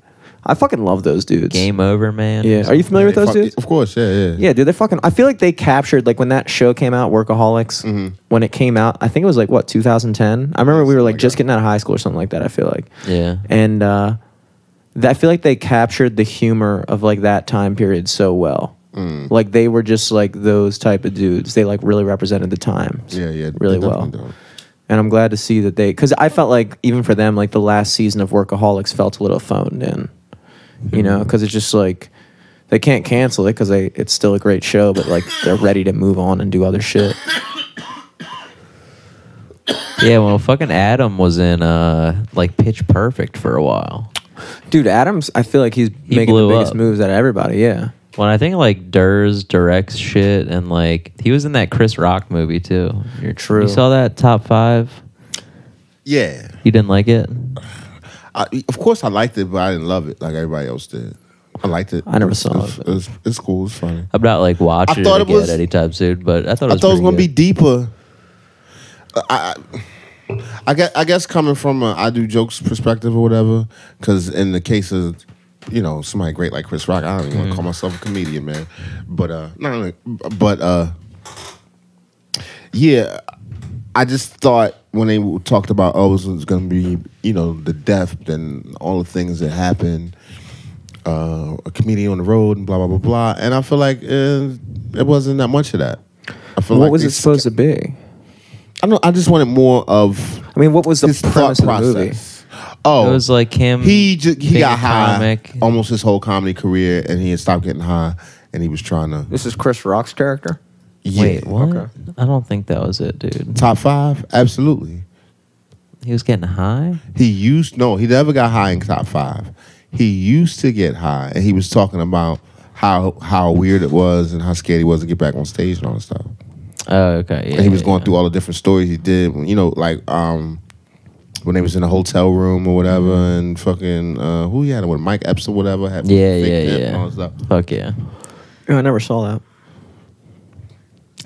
I fucking love those dudes. Game Over, man. Yeah. Are you familiar with fuck. those dudes? Of course, yeah, yeah. Yeah, dude, they're fucking. I feel like they captured like when that show came out, Workaholics. Mm-hmm. When it came out, I think it was like what 2010. I remember we were like just getting out of high school or something like that. I feel like, yeah. and uh, th- I feel like they captured the humor of like that time period so well. Mm. Like they were just like those type of dudes. They like really represented the time. yeah, yeah. they really definitely well. don't. And I'm glad to see that they, because I felt like even for them, like the last season of Workaholics felt a little phoned in, you know, because it's just like they can't cancel it because they it's still a great show, but like they're ready to move on and do other shit. Yeah, well, fucking Adam was in uh like Pitch Perfect for a while. Dude, Adams, I feel like he's making the blew biggest up. moves out of everybody. Yeah, When I think like Durs directs shit, and like he was in that Chris Rock movie too. You're True. You saw that top five? Yeah, You didn't like it? I, of course I liked it, but I didn't love it like everybody else did. I liked it. I never saw It's- it. It's, it's cool. It's funny. I'm not like watching thought it it again was- anytime soon, but I thought it I was, thought it was pretty gonna be good. deeper. I, I, I guess, I guess coming from a I do jokes perspective or whatever, because in the case of you know somebody great like Chris Rock, I don't even Mm-hmm. want to call myself a comedian, man. But uh, no, no, but uh, yeah, I just thought when they talked about oh, it was gonna be you know the death and all the things that happened uh, a comedian on the road and blah blah blah blah. And I feel like uh, it wasn't that much of that. I I feel what like was they it supposed to be? I don't. I just wanted more of I mean, what was the his thought premise of the movie? process. Oh, It was like him. he just he being got a high comic. almost his whole comedy career, and he had stopped getting high, and he was trying to. This is Chris Rock's character. Yeah. Wait, what? okay. I don't think that was it, dude. Top five, absolutely. He was getting high. He used no, he never got high in top five. He used to get high, and he was talking about how how weird it was and how scared he was to get back on stage and all that stuff. Oh, okay. Yeah, and he was yeah, going yeah. through all the different stories he did. You know, like um, when they was in a hotel room or whatever, Mm-hmm. and fucking uh, who he had it with Mike Epps or whatever. Had Yeah, fake yeah, nip and yeah. all that stuff. Fuck yeah. Yeah, Oh, I never saw that.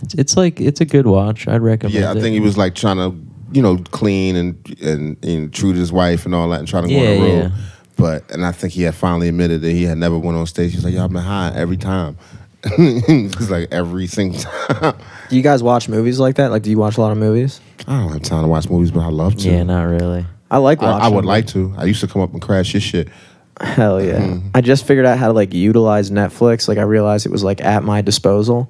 It's, it's like it's a good watch. I'd recommend. Yeah, I it. think he was like trying to, you know, clean and and, and true to his wife and all that, and trying to go on Yeah, the road. yeah. But and I think he had finally admitted that he had never went on stage. He's like, "Y'all been high every time." He's like every single time. Do you guys watch movies like that? Like, do you watch a lot of movies? I don't have time to watch movies, but I love to. Yeah, not really. I like I, watching. I would them. like to. I used to come up and crash his shit. Hell yeah! I just figured out how to like utilize Netflix. Like I realized it was like at my disposal.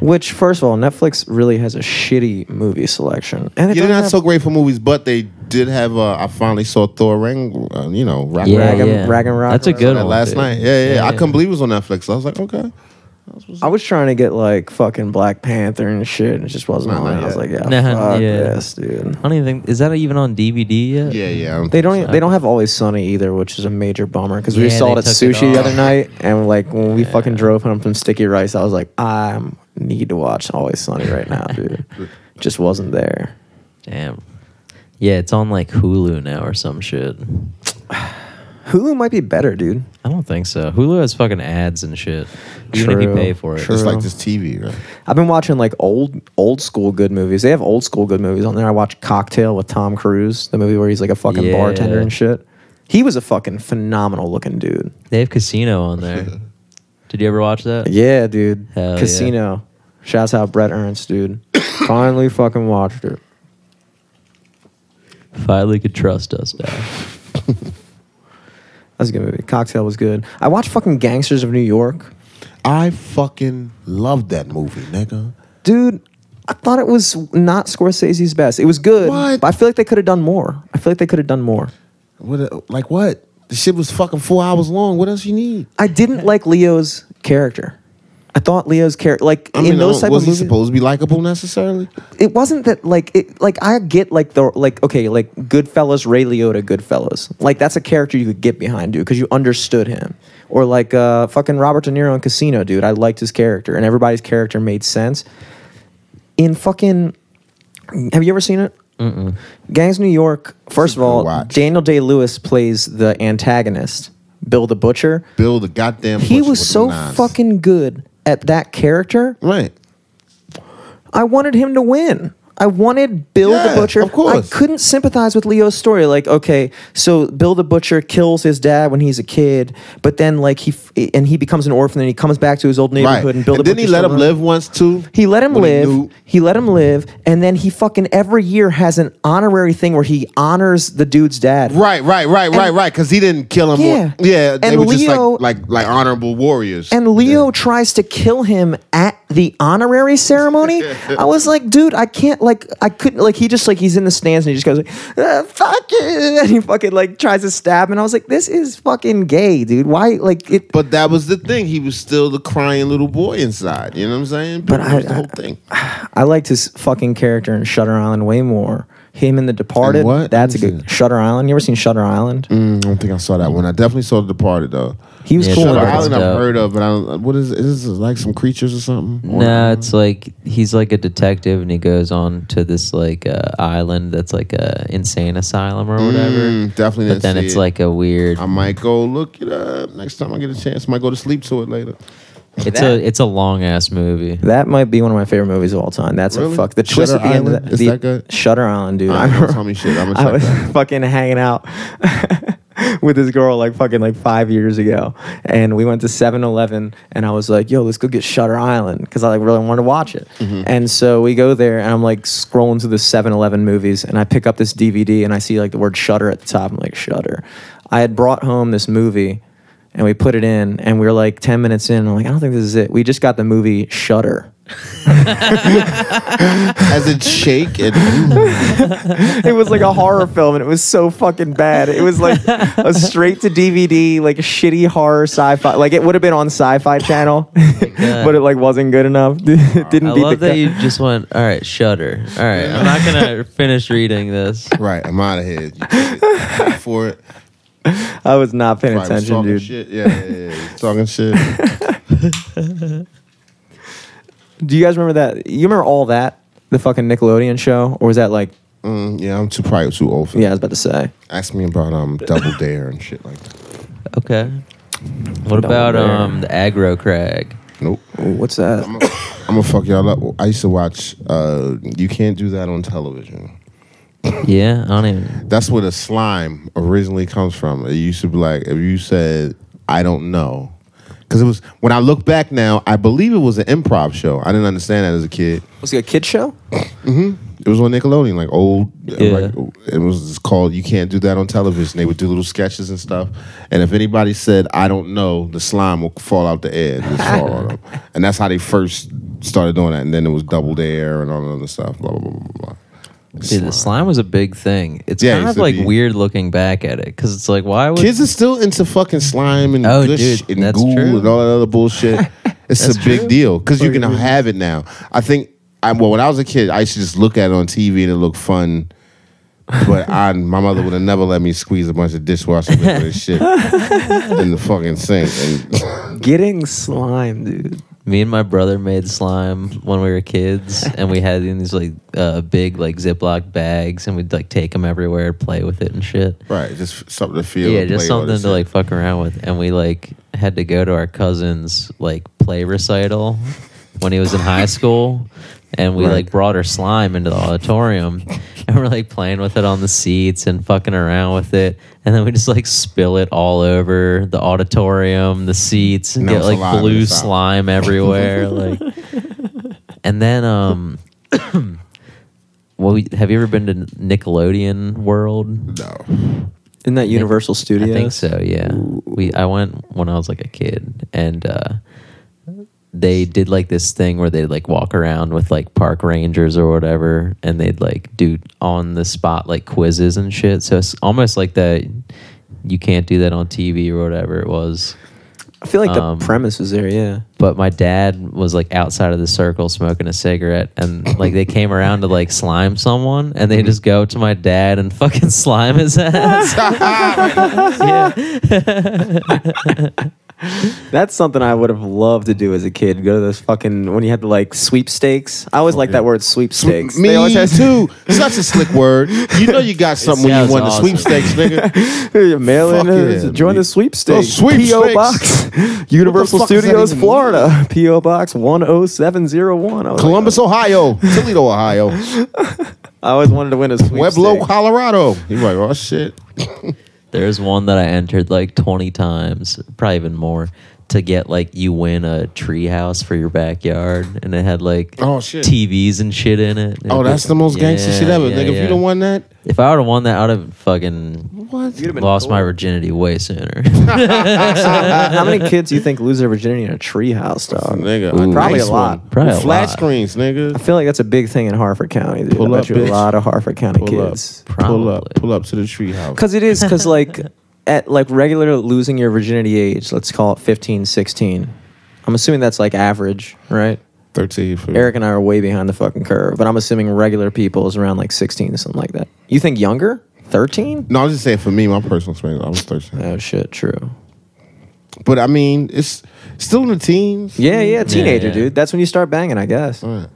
Which, first of all, Netflix really has a shitty movie selection, and it doesn't Yeah, they're not have so great for movies, but they did have. Uh, I finally saw Thor Rang, uh, you know, Ragnarok Yeah, Rag 'em- yeah. Rag 'em Rock That's a or good that one. last dude. night. Yeah, yeah, I couldn't believe it was on Netflix. I was like, okay. I was trying to get like fucking Black Panther and shit, and it just wasn't Nah, on. not I was yet. like, yeah, Nah, fuck yeah. this, dude. I don't even think is that even on DVD yet. Yeah, yeah. I don't They think don't. so. even- They don't have Always Sunny either, which is a major bummer because we Yeah, saw they it at took it sushi the off. other night, and like when we fucking drove home from Sticky Rice, I was like, I need to watch Always Sunny right now, dude. Just wasn't there. Damn. Yeah, it's on like Hulu now or some shit. Hulu might be better, dude. I don't think so. Hulu has fucking ads and shit. Even if you True, pay for it. true. It's like this TV, right? I've been watching like old old school good movies. They have old school good movies on there. I watched Cocktail with Tom Cruise, the movie where he's like a fucking Yeah. bartender and shit. He was a fucking phenomenal looking dude. They have Casino on there. Did you ever watch that? Yeah, dude. Hell yeah. Casino. Shouts out Brett Ernst, dude. Finally fucking watched it. Finally could trust us now. That's a good movie. Cocktail was good. I watched fucking Gangsters of New York. I fucking loved that movie, nigga. Dude, I thought it was not Scorsese's best. It was good, What? but I feel like they could have done more. I feel like they could have done more. What? a- Like what? The shit was fucking four hours long. What else you need? I didn't like Leo's character. I thought Leo's character, like I in mean, those uh, type was of he movies, supposed to be likable necessarily? it wasn't that like it. Like I get like the like okay, like Goodfellas, Ray Liotta, Goodfellas. Like that's a character you could get behind, dude, because you understood him. Or like uh, fucking Robert De Niro in Casino, dude. I liked his character, and everybody's character made sense. In fucking, have you ever seen it? Mm-mm. Gangs of New York. First of Good all, watch. Daniel Day Lewis plays the antagonist, Bill the Butcher. Bill the goddamn. He butcher was with so the nines. fucking good at that character. right. I wanted him to win. I wanted Bill Yeah, the Butcher. of I course. couldn't sympathize with Leo's story. Like, okay, so Bill the Butcher kills his dad when he's a kid, but then like he f- and he becomes an orphan and he comes back to his old Right. neighborhood and And Bill the didn't he Butcher's let still him around. live once too? He let him When he live. knew- he let him live, and then he fucking every year has an honorary thing where he honors the dude's dad. Right, right, right, right, right. Because he didn't kill him. Yeah. or- yeah. They And were just Leo- like, like, like honorable warriors. and Leo tries to kill him at the honorary ceremony. I was like, dude, I can't like I couldn't like he just like he's in the stands and he just goes like, "Ah, fuck it, and he fucking like tries to stab him. And I was like, this is fucking gay, dude. Why like it? But that was the thing. He was still the crying little boy inside. You know what I'm saying? But I- that was the I- whole thing. I liked his fucking character in Shutter Island way more. Him in The Departed. In what? That's a What is good Shutter Island. You ever seen Shutter Island? Mm, I don't think I saw that one. I definitely saw The Departed though. He was Yeah, cool. in Shutter Shutter that. Island I've dope. heard of, but I don't, what is it? Is this like some creatures or something? Or- No, it's like he's like a detective and he goes on to this like uh, island that's like a insane asylum or whatever. Mm, definitely. but didn't then see it's it. like a weird I might go look it up next time I get a chance. Might go to sleep to it later. it's a it's a long ass movie. That might be one of my favorite movies of all time. That's a Really? fuck. The twist Shutter at the end Island? of Is the, that good? Shutter Island, dude. All I right, Ah, don't remember- tell me shit. I'ma I check was that. fucking hanging out with this girl like fucking like five years ago, and we went to 7-Eleven, and I was like, "Yo, let's go get Shutter Island," because I like really wanted to watch it. Mm-hmm. And so we go there, and I'm like scrolling through the 7-Eleven movies, and I pick up this DVD, and I see like the word Shutter at the top. I'm like, "Shutter." I had brought home this movie and we put it in and we were like 10 minutes in and i'm like i don't think this is it we just got the movie shutter As it shake and ooh, it was like a horror film and it was so fucking bad. It was like a straight to DVD, like a shitty horror sci-fi. Like it would have been on Sci-Fi Channel, Oh God. but it like wasn't good enough. it didn't I beat love the that you just went. All right, shudder. All right, I'm not gonna finish reading this. right, I'm out of here. You take it for it. I was not paying Probably was attention, talking dude. shit. Yeah, yeah, yeah, yeah. Talking shit. Do you guys remember that? You remember all that? The fucking Nickelodeon show, or was that like? Mm, yeah, I'm too probably too old for Yeah, I yeah. was about to say. Ask me about um Double Dare and shit like that. Okay. What about there. um the aggro crag? Nope. Ooh, what's that? I'm gonna fuck y'all up. I used to watch. Uh, you can't do that on television. Yeah, I don't even. That's where the slime originally comes from. It used to be like if you said I don't know, because it was when I look back now. I believe it was an improv show. I didn't understand that as a kid. Was it a kid show? It was on Nickelodeon, like old. Yeah. Like, it was called "You Can't Do That on Television." They would do little sketches and stuff. And if anybody said "I don't know," the slime will fall out the air, and just fall on them. And that's how they first started doing that. And then it was Double Dare and all that other stuff. Blah blah blah blah blah. Dude, the slime was a big thing. It's Yeah, it kind used of to like be- weird looking back at it because it's like, why would Kids are still into fucking slime and Oh, gush dude, and that's goo true. and all that other bullshit. It's a That's big true. deal because you can have it now. I think. I, well, when I was a kid, I used to just look at it on TV and it looked fun. But I, my mother would have never let me squeeze a bunch of dishwasher liquid and shit in the fucking sink. And Getting slime, dude. Me and my brother made slime when we were kids, and we had in these like uh, big like Ziploc bags, and we'd like take them everywhere, play with it and shit. right, just something to feel. Yeah, and just play all something this to like fuck around with. And we like had to go to our cousin's like play recital when he was in high school. And we like brought her slime into the auditorium and we're like playing with it on the seats and fucking around with it. And then we just like spill it all over the auditorium, the seats, and Now get it's like alive and blue it's out. slime everywhere. like, and then, um, well, we- have you ever been to Nickelodeon World? shit. Isn't that Universal Studios? I think so. Yeah, we I went when I was like a kid, and uh, they did like this thing where they'd like walk around with like park rangers or whatever, and they'd like do on the spot like quizzes and shit. So it's almost like that. You can't do that on TV or whatever it was. I feel like Um, the premise was there. Yeah. But my dad was like outside of the circle smoking a cigarette, and like they came around to like slime someone, and they just go to my dad and fucking slime his ass. yeah. That's something I would have loved to do as a kid. Go to those fucking when you had the like sweepstakes. I always like that word sweepstakes. Me They always had- too. Such a slick word. You know you got something when sounds you won awesome. the sweepstakes, nigga. You mail in, Fuck uh, yeah, join me- the sweepstakes. Those sweepstakes. PO Box, Universal fuck does that Studios, even Florida. PO Box one zero seven zero one. Columbus, Ohio. Toledo, Ohio. I always wanted to win a sweepstakes. Pueblo, Colorado. You like, oh shit. There's one that I entered like 20 times, probably even more, to get like you win a treehouse for your backyard, and it had like Oh, shit. TVs and shit in it. Oh, that's the most gangster Yeah, shit ever, yeah, nigga. If yeah. you don't won that, if I would have won that, I'd have fucking what? You'd have been lost my cool. virginity way sooner. Uh, how many kids do you think lose their virginity in a treehouse, dog? Nigga, Ooh. Probably a nice lot. one. Probably a flat lot. screens, I nigga. feel like that's a big thing in Harford County. Dude. Pull I bet up, you a bitch. lot of Harford County Pull up, kids. pull up, Probably. pull up to the treehouse. Because it is, because like at like regular losing your virginity age, let's call it 15, 16. I'm assuming that's like average, right? Thirteen. For Eric and I are way behind the fucking curve, but I'm assuming regular people is around like 16, something like that. You think younger? 13? No, I was just saying for me, my personal experience. I was thirteen, Oh shit, true. but I mean, it's still in the teens. Yeah, yeah, teenager, yeah. Mm. dude. That's when you start banging, I guess. Right.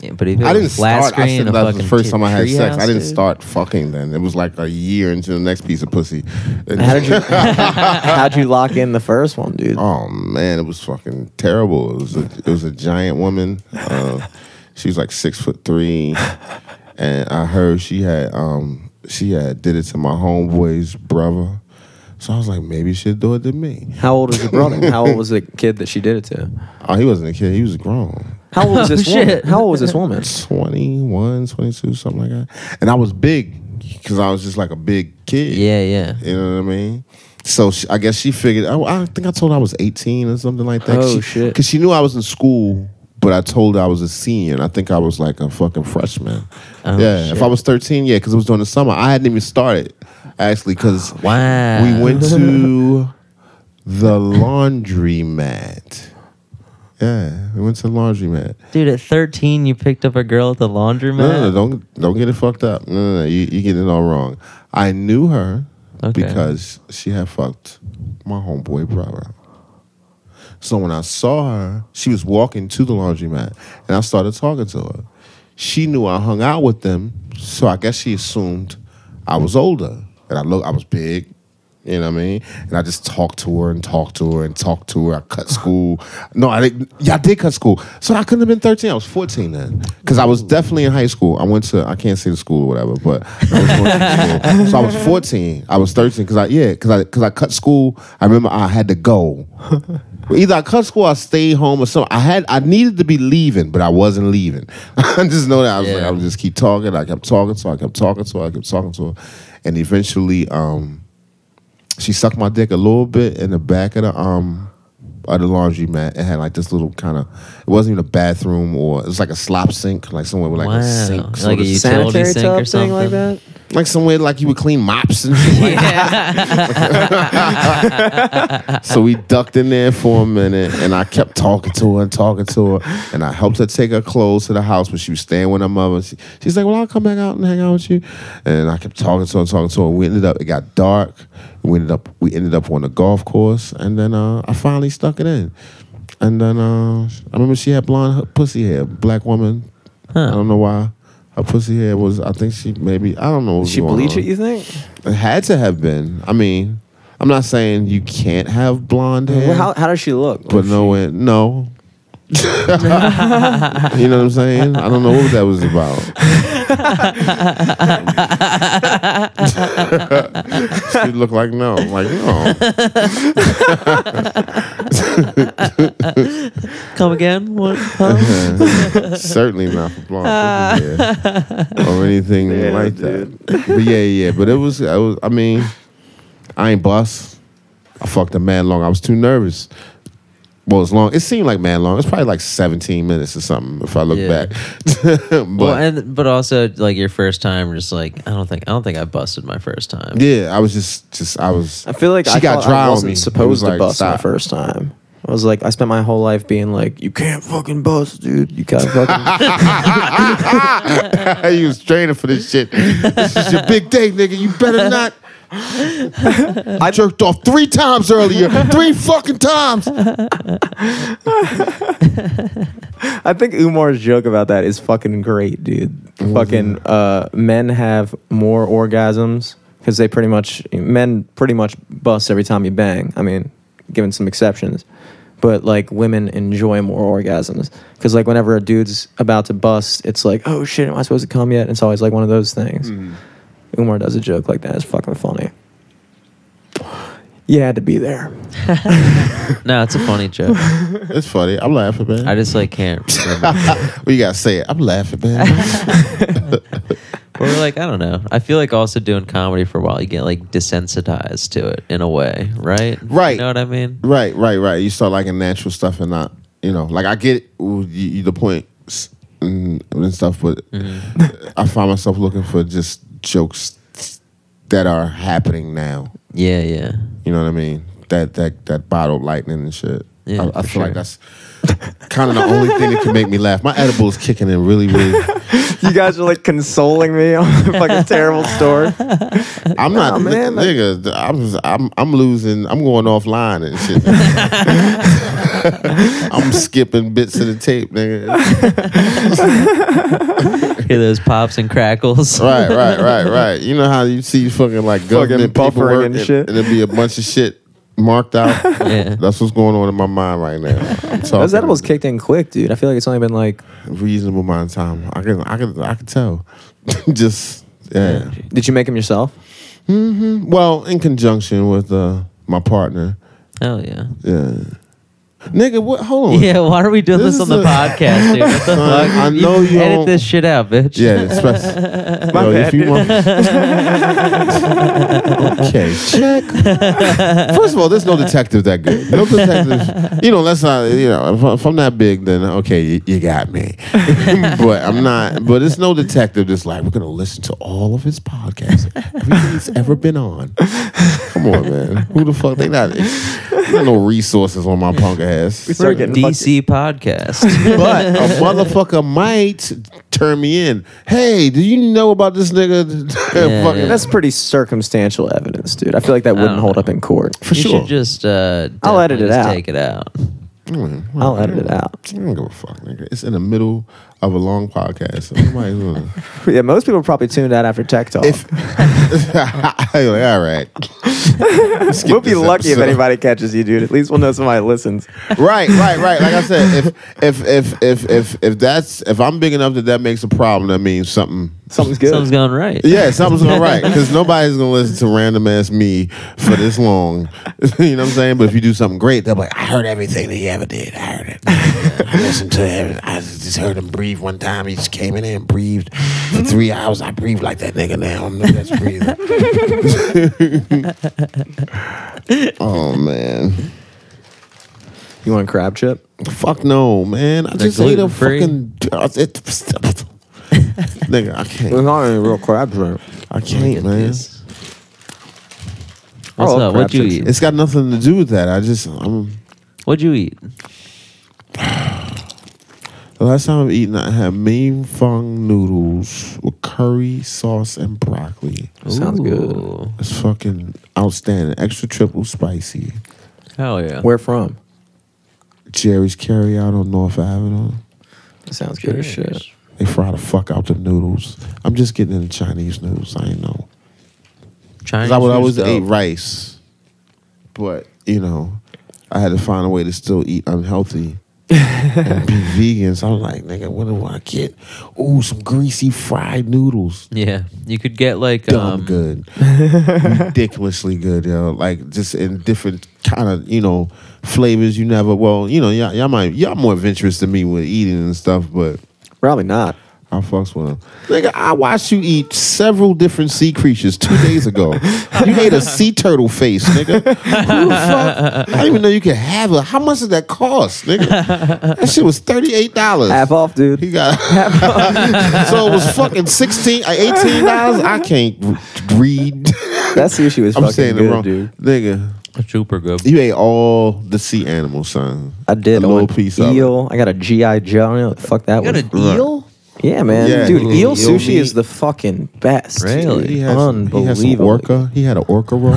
Yeah, but if it I was didn't flat start. I screen, said a that was fucking the first time I had t- sex. I treehouse, didn't dude. start fucking then. It was like a year into the next piece of pussy. How did you How'd you lock in the first one, dude? Oh man, it was fucking terrible. It was a, it was a giant woman. Uh, she was like six foot three, and I heard she had um she had did it to my homeboy's brother. So I was like, maybe she'd do it to me. How old was your brother? How old was the kid that she did it to? Oh, he wasn't a kid. He was grown. How old was Oh, this woman? shit. How old was this woman? 21, 22, something like that. And I was big because I was just like a big kid. Yeah, yeah. You know what I mean? So she, I guess she figured. I, I think I told her I was eighteen or something like that. Oh, she, shit. Because she knew I was in school but I told her I was a senior, and I think I was like a fucking freshman. Oh, yeah, shit. if I was 13, yeah, because it was during the summer. I hadn't even started actually, because Oh, Wow. we went to the laundromat. Yeah, we went to the laundromat. Dude, at 13, you picked up a girl at the laundromat. No, no, no, don't don't get it fucked up. No, no, no, you you get it all wrong. I knew her Okay. because she had fucked my homeboy brother. So when I saw her, she was walking to the laundromat, and I started talking to her. She knew I hung out with them, so I guess she assumed I was older, and I look I was big. You know what I mean? And I just talked to her and talked to her and talked to her. I cut school. No, I didn't. Yeah, I did cut school. So I couldn't have been 13. I was 14 then. Because I was definitely in high school. I went to, I can't say the school or whatever, but I was going to school. So I was 14. I was 13. Because I, yeah, because I, cause I cut school. I remember I had to go. Either I cut school, I stayed home or something. I had, I needed to be leaving, but I wasn't leaving. I just know that. I was like, Yeah. I would just keep talking. I kept talking to her. I kept talking to her. I kept talking to her. And eventually, um, she sucked my dick a little bit in the back of the um of the laundry mat. It had like this little kind of it wasn't even a bathroom or it was like a slop sink, like somewhere with like Wow. a sink, Like sort a of- utility sanitary sink tub or thing like something. that. like somewhere like you would clean mops and shit. like so we ducked in there for a minute, and I kept talking to her and talking to her, and I helped her take her clothes to the house when she was staying with her mother. She, she's like, "Well, I'll come back out and hang out with you," and I kept talking to her, and talking to her. And we ended up. It got dark. We ended up. We ended up on the golf course, and then uh, I finally stuck it in. And then uh, I remember she had blonde h- pussy hair, black woman. I don't know why. Her pussy hair was, I think she maybe, I don't know. What was She going bleach on. it, you think? It had to have been. I mean, I'm not saying you can't have blonde hair, Well, how, how does she look? but no, way, no. you know what I'm saying? I don't know what that was about. she looked like no, I'm like no. Come again? What? Huh? Certainly not for blonde Uh. pussy hair or anything Yeah, like that. But yeah, yeah. But it was, I was. I mean, I ain't bust. I fucked a man long. I was too nervous. Well, it's long. It seemed like man long. It's probably like seventeen minutes or something. If I look Yeah. back, but well, and but also like your first time, just like I don't think I don't think I busted my first time. yeah, I was just, just I was. I feel like she I got thought dry I on wasn't me. It was supposed like, to bust my stop. first time. I was like, I spent my whole life being like, you can't fucking bust, dude. You gotta fucking. you was training for this shit. This is your big day, nigga. You better not. I jerked off three times earlier. Three fucking times. I think Umar's joke about that is fucking great, dude. Fucking uh, men have more orgasms because they pretty much men pretty much bust every time you bang. I mean, given some exceptions, but like women enjoy more orgasms because like whenever a dude's about to bust, it's like, oh shit, am I supposed to come yet? it's always like one of those things. Umar does a joke like that. It's fucking funny. You had to be there. No, it's a funny joke. It's funny. I'm laughing, man. I just like can't remember. well, you gotta say it. I'm laughing, man. or like I don't know. I feel like also doing comedy for a while, you get like desensitized to it in a way, right? Right. You know what I mean? right, right, right. You start liking natural stuff and not, you know, like I get ooh, you, you, the point s- and, and stuff, but Mm-hmm. I find myself looking for just jokes that are happening now. Yeah, yeah. You know what I mean? That that that bottled lightning and shit. Yeah, I, I for feel sure. like that's kind of the only thing that can make me laugh. My edible is kicking in really, really. You guys are like consoling me on a fucking terrible story. I'm Nah, not, man, like- nigga. I'm, I'm I'm losing. I'm going offline and shit. I'm skipping bits of the tape, nigga. Hear those pops and crackles. Right, right, right, right. You know how you see fucking like government buffering paperwork and shit. and it'll be a bunch of shit marked out. Yeah. That's what's going on in my mind right now. I'm Those talking edibles kicked in quick, dude. I feel like it's only been like. a reasonable amount of time. I can, I can, I can tell. Just yeah. Did you make them yourself? Well, in conjunction with uh, my partner, Oh yeah. yeah. Nigga, what? Hold on. Yeah, why are we doing this, This on the is a- podcast, dude? What the Son, fuck? I know you edit don't- this shit out, bitch. Yeah, especially. My Yo, bad. if you want- okay, check. First of all, there's no detective that good. No detective. You know, that's not. You know, if, I- if I'm that big, then okay, you, you got me. but I'm not. But it's no detective that's like we're gonna listen to all of his podcasts, everything he's ever been on. Come on, man. Who the fuck? They not. They not no resources on my punk ass We We're started getting fucking- DC podcast. but a motherfucker might turn me in. Hey, do you know about this nigga? Yeah, Fucking- yeah. That's pretty circumstantial evidence, dude. I feel like that don't wouldn't hold know. up in court. for you sure. should just uh, I'll edit definitely it just out. Take it out. I'll edit it out. I don't give a fuck, nigga. It's in the middle of a long podcast. So you might as well- Yeah, most people probably tuned out after Tech Talk. if I'm like, all right, Skip we'll be this lucky if episode. anybody catches you, dude. At least we'll know somebody listens. right, right, right. Like I said, if if if if if if that's if I'm big enough that that makes a problem, that means something Something's good. Something's going right. Yeah, something's all right because nobody's gonna listen to random ass me for this long. you know what I'm saying? But if you do something great, they'll be like, I heard everything that he ever did. I heard it. I listened to everything. I just heard him breathe one time. He just came in there and breathed for three hours. I breathe like that nigga now. I'm the best breather. oh man. You want a crab chip? Fuck no, man. I just ate a gluten-free? fucking it, Nigga, I can't. not any real crab chip. I Look can't, at man. this. I What's love up? Oh, crab What'd you chips. eat? It's got nothing to do with that. I just I'm What'd you eat? the last time I've eaten I had Maine Fung noodles with curry sauce and broccoli. Sounds good. Ooh. It's fucking outstanding. Extra triple spicy. Hell yeah. Where from? Jerry's carry out on North Avenue. Sounds good as shit. They fry the fuck out the noodles. I'm just getting into Chinese noodles. I ain't know. Chinese. 'Cause I would always food's eat dope. rice. But, you know, I had to find a way to still eat unhealthy and be vegan. So I'm like, nigga, what do I get? Ooh, some greasy fried noodles. Yeah, you could get like dumb um, good, ridiculously good, yo. Like just in different kind of you know flavors. You never well, you know, y'all, y'all might y'all more adventurous than me with eating and stuff, but Probably not. I fucks with them. Nigga, I watched you eat several different sea creatures two days ago. you ate a sea turtle face, nigga. Who the fuck? I didn't even know you could have it. How much did that cost, nigga? That shit was thirty eight dollars. Half off, He dude. got so it was fucking sixteen, uh, eighteen dollars. I can't r- read. That's the issue. Is I'm fucking saying the good, wrong dude. nigga. super good. You ate all the sea animals, son. I did a I little want piece of it. eel. I got a GI Joe. I don't know what the Fuck that You got was. an eel? yeah, man, Yeah, dude. he- Eel, he- eel sushi meat. is the fucking best. Really? He Dude. had, some, he had some Unbelievable. orca. He had an orca roll.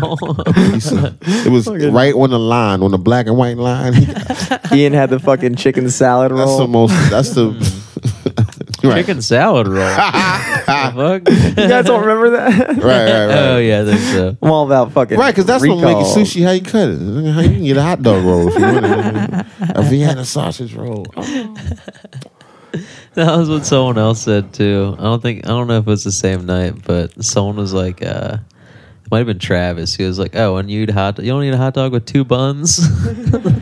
Piece of- it was right on the line, on the black and white line. He- that's Ian had the fucking chicken salad roll. the most. That's the right, Chicken salad roll. The fuck? you guys don't remember that? right, right, right. Oh yeah, I think so. I'm all about fucking Right, because that's what recall. makes sushi. How you cut it? How you can get a hot dog roll if you want it. a Vienna sausage roll. That was what someone else said too. I don't think I don't know if it was the same night, but someone was like, uh, it might have been Travis. He was like, "Oh, and you eat hot? You don't eat a hot dog with two buns?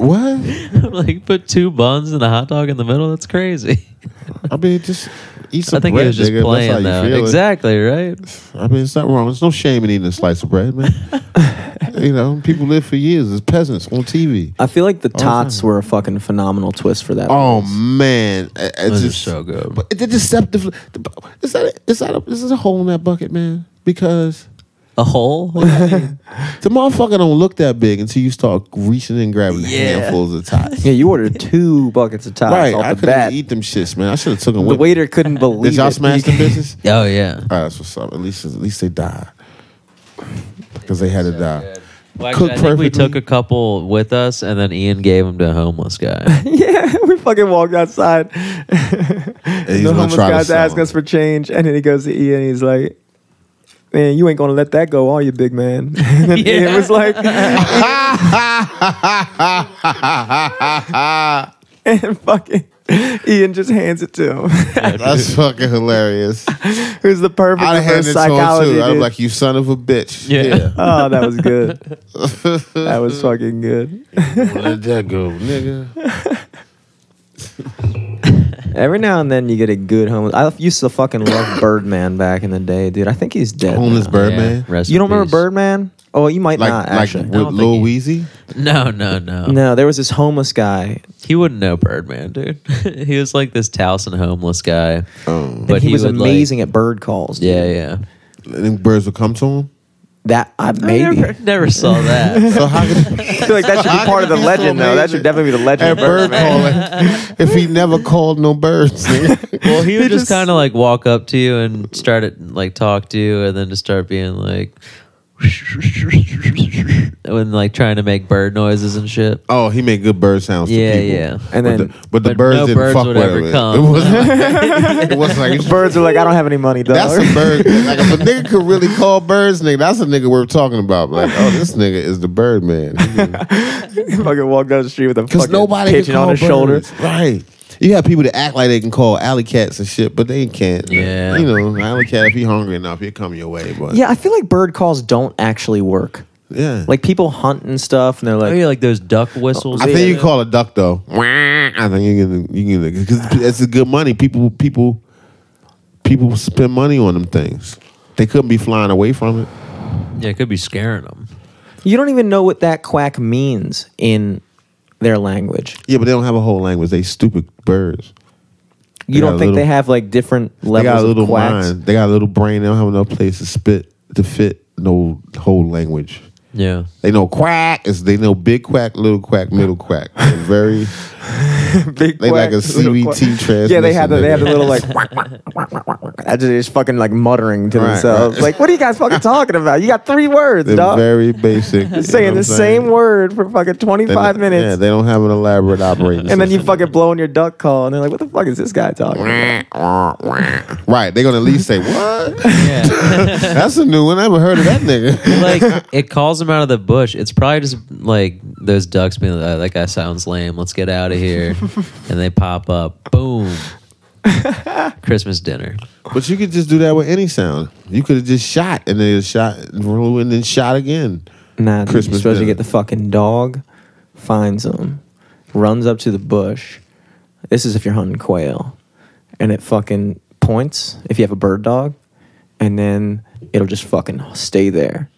What? I'm like, put two buns and a hot dog in the middle? That's crazy." I mean, just eat some I think bread, he was just nigga. playing That's how though. you feel it. Exactly right. I mean, it's not wrong. There's no shame in eating a slice of bread, man. you know, people live for years as peasants on TV. I feel like the tots were a fucking phenomenal twist for that. Oh man, I- I Those are just- so good. But the deceptive. The, is that is that a, is this a hole in that bucket, man? Because A hole? Oh, the motherfucker don't look that big until you start reaching and grabbing handfuls of tots. Yeah, you ordered two buckets of tots Right, off I the couldn't bat. eat them shits, man. I should have took them. the waiter couldn't believe Did y'all it. smash them bitches? Oh yeah. All right, that's what's up. At least, at least they died because they had to die. Well, actually, I Cooked think we perfectly. took a couple with us, and then Ian gave them to a homeless guy. yeah, we fucking walked outside. he's the gonna homeless try to guy's sell asking them. us for change, and then he goes to Ian. And he's like, "Man, you ain't gonna let that go, are you, big man?" And then Ian was like, and fucking. Ian just hands it to him. That's fucking hilarious. Who's the perfect I'd have reverse handed it to him psychology? too. I'd be dude. like, "You son of a bitch." Yeah. oh, that was good. that was fucking good. Let that go, nigga. Every now and then you get a good homeless. I used to fucking love Birdman back in the day, dude. I think he's dead. Homeless now. Birdman. Yeah, rest You in don't remember peace. Birdman? Oh, you might Like, not like actually. with don't think Lil Weezy. No, no, no, no, there was this homeless guy. He wouldn't know Birdman, dude. he was like this Towson homeless guy. Um, But he, was would, like- amazing at bird calls. dude. yeah, yeah. them birds would come to him. That I I maybe. never, never saw that. So how could I feel like that should be part of the He's so legend, though. That amazing. should definitely be the legend. at of bird Birdman. calling if he never called no birds? nigga? well, he would just, just- kind of like walk up to you and start at, like talk to you, and then just start being like, when like trying to make bird noises and shit. oh, he made good bird sounds. Yeah, to people. yeah. And but then- the, but the but birds no didn't birds fuck would with ever him. It- come. It wasn't like, it wasn't like Birds are like, I don't have any money, though. That's a bird. Like if a nigga could really call birds, nigga, that's a nigga we're talking about. Like, oh, this nigga is the bird man. fucking walk down the street with a Because fucking nobody pigeon can call on his shoulder. birds. Right. You have people that act like they can call alley cats and shit, but they can't. Yeah. You know, an alley cat if he hungry enough, he'll come your way. But Yeah, I feel like bird calls don't actually work. yeah. Like people hunt and stuff, and they're Oh like, yeah, like those duck whistles. I think you can call a duck though. I think you can you can because it's a good money. People people people spend money on them things. They couldn't be flying away from it. Yeah, it could be scaring them. you don't even know what that quack means in their language. Yeah, but they don't have a whole language. They stupid birds. You They got don't a think they little- have like different They levels got a little of quacks? mind. They got a little brain. They don't have enough place to spit to fit no whole language. Yeah. They know quack is they know big quack, little quack, middle quack. They're very Big They like a little CVT Yeah, they transmission, had the, they had the nigga. little like. whack, whack, whack, whack, whack, whack. I just, just fucking like muttering to Right, themselves, right. like, "What are you guys fucking talking about? You got three words, they're dog. very basic. you know saying what the I'm same saying? word for fucking twenty They- five minutes." Yeah, they don't have an elaborate operating. and then you system. fucking blow on your duck call, and they're like, "What the fuck is this guy talking?" about? right. They're gonna at least say what? Yeah. That's a new one. I haven't heard of that nigga. like it calls them out of the bush. It's probably just like those ducks being like, "Oh, that guy sounds lame. Let's get out of here. and they pop up. Boom. Christmas dinner. but you could just do that with any sound. You could have just shot and then shot and then shot again. Nah, dude, you're Christmas supposed to dinner. get the fucking dog, finds him, runs up to the bush. This is if you're hunting quail, and it fucking points if you have a bird dog, and then it'll just fucking stay there.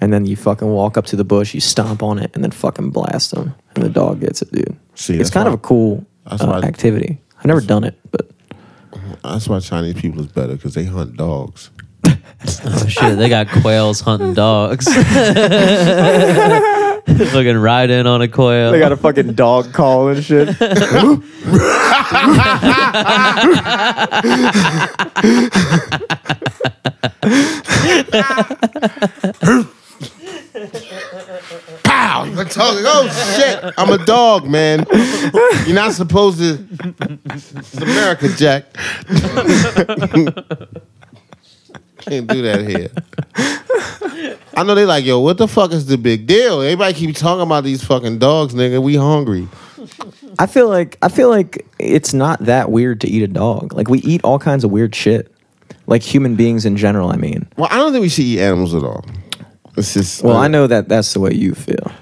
And then you fucking walk up to the bush, you stomp on it, and then fucking blast them, and the dog gets it, dude. See, it's that's kind why- of a cool that's uh, why- activity. I've never done it, but That's why Chinese people is better because they hunt dogs. Oh shit! They got quails hunting dogs. Fucking ride in on a quail. they got a fucking dog call and shit. Pow! You're talking. Oh shit! I'm a dog, man. You're not supposed to. It's America, Jack. Can't do that here. I know they like, yo, what the fuck is the big deal? Everybody keep talking about these fucking dogs, nigga. We hungry. I feel like I feel like it's not that weird to eat a dog. Like we eat all kinds of weird shit. Like human beings in general, I mean. Well, I don't think we should eat animals at all. It's just. uh, Well, I know that that's the way you feel.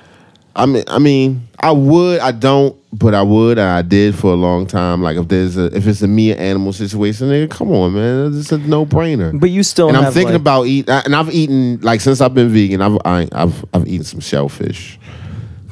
I mean, I mean, I would, I don't, but I would, and I did for a long time. Like if there's a, if it's a me and animal situation, nigga, come on, man, it's a no brainer. But you still and I'm have, thinking like- about eat, and I've eaten like since I've been vegan, I've I, I've I've eaten some shellfish.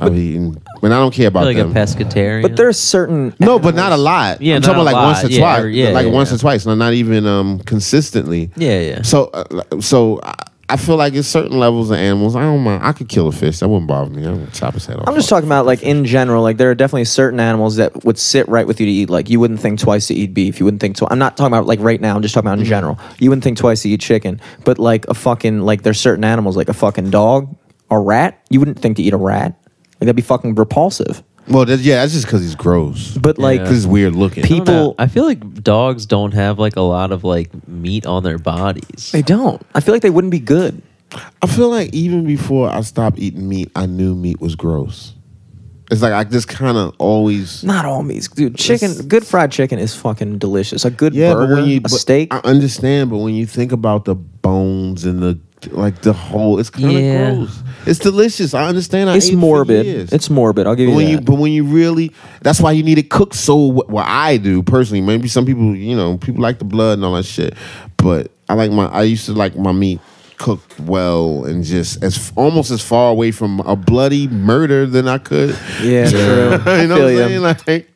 I've eaten, but I don't care about like them. a pescatarian. But there's certain No, but not a lot. Yeah, I'm not talking a about like lot. once or Yeah, twice, every- yeah, like yeah, once yeah. or twice, no, not even um consistently. yeah, yeah. So, uh, so I, I feel like it's certain levels of animals. I don't mind. I could kill a fish. That wouldn't bother me. I would chop his head off. I'm just talking about like in general, like there are definitely certain animals that would sit right with you to eat. Like you wouldn't think twice to eat beef. You wouldn't think twice. I'm not talking about like right now. I'm just talking about in general. You wouldn't think twice to eat chicken. But like a fucking like there's certain animals like a fucking dog, a rat. You wouldn't think to eat a rat. Like that'd be fucking repulsive. Well, that, yeah, that's just because he's gross. But like Yeah. 'Cause he's weird looking. I don't know. people, I feel like dogs don't have like a lot of like meat on their bodies. They don't. I feel like they wouldn't be good. I feel like even before I stopped eating meat, I knew meat was gross. It's like I just kind of always. Not all meats, dude. Chicken, good fried chicken is fucking delicious. A good Yeah, burger, but when you a but steak. I understand, but when you think about the bones and the like, the whole, it's kind of Yeah. gross. It's delicious. I understand. I it's ate it for morbid. years. It's morbid. I'll give But you when that. you but when you really that's why you need to cook so well I do personally maybe some people you know people like the blood and all that shit but I like my I used to like my meat cooked well and just as almost as far away from a bloody murder than I could yeah, true. you know I what feel I'm ya. saying like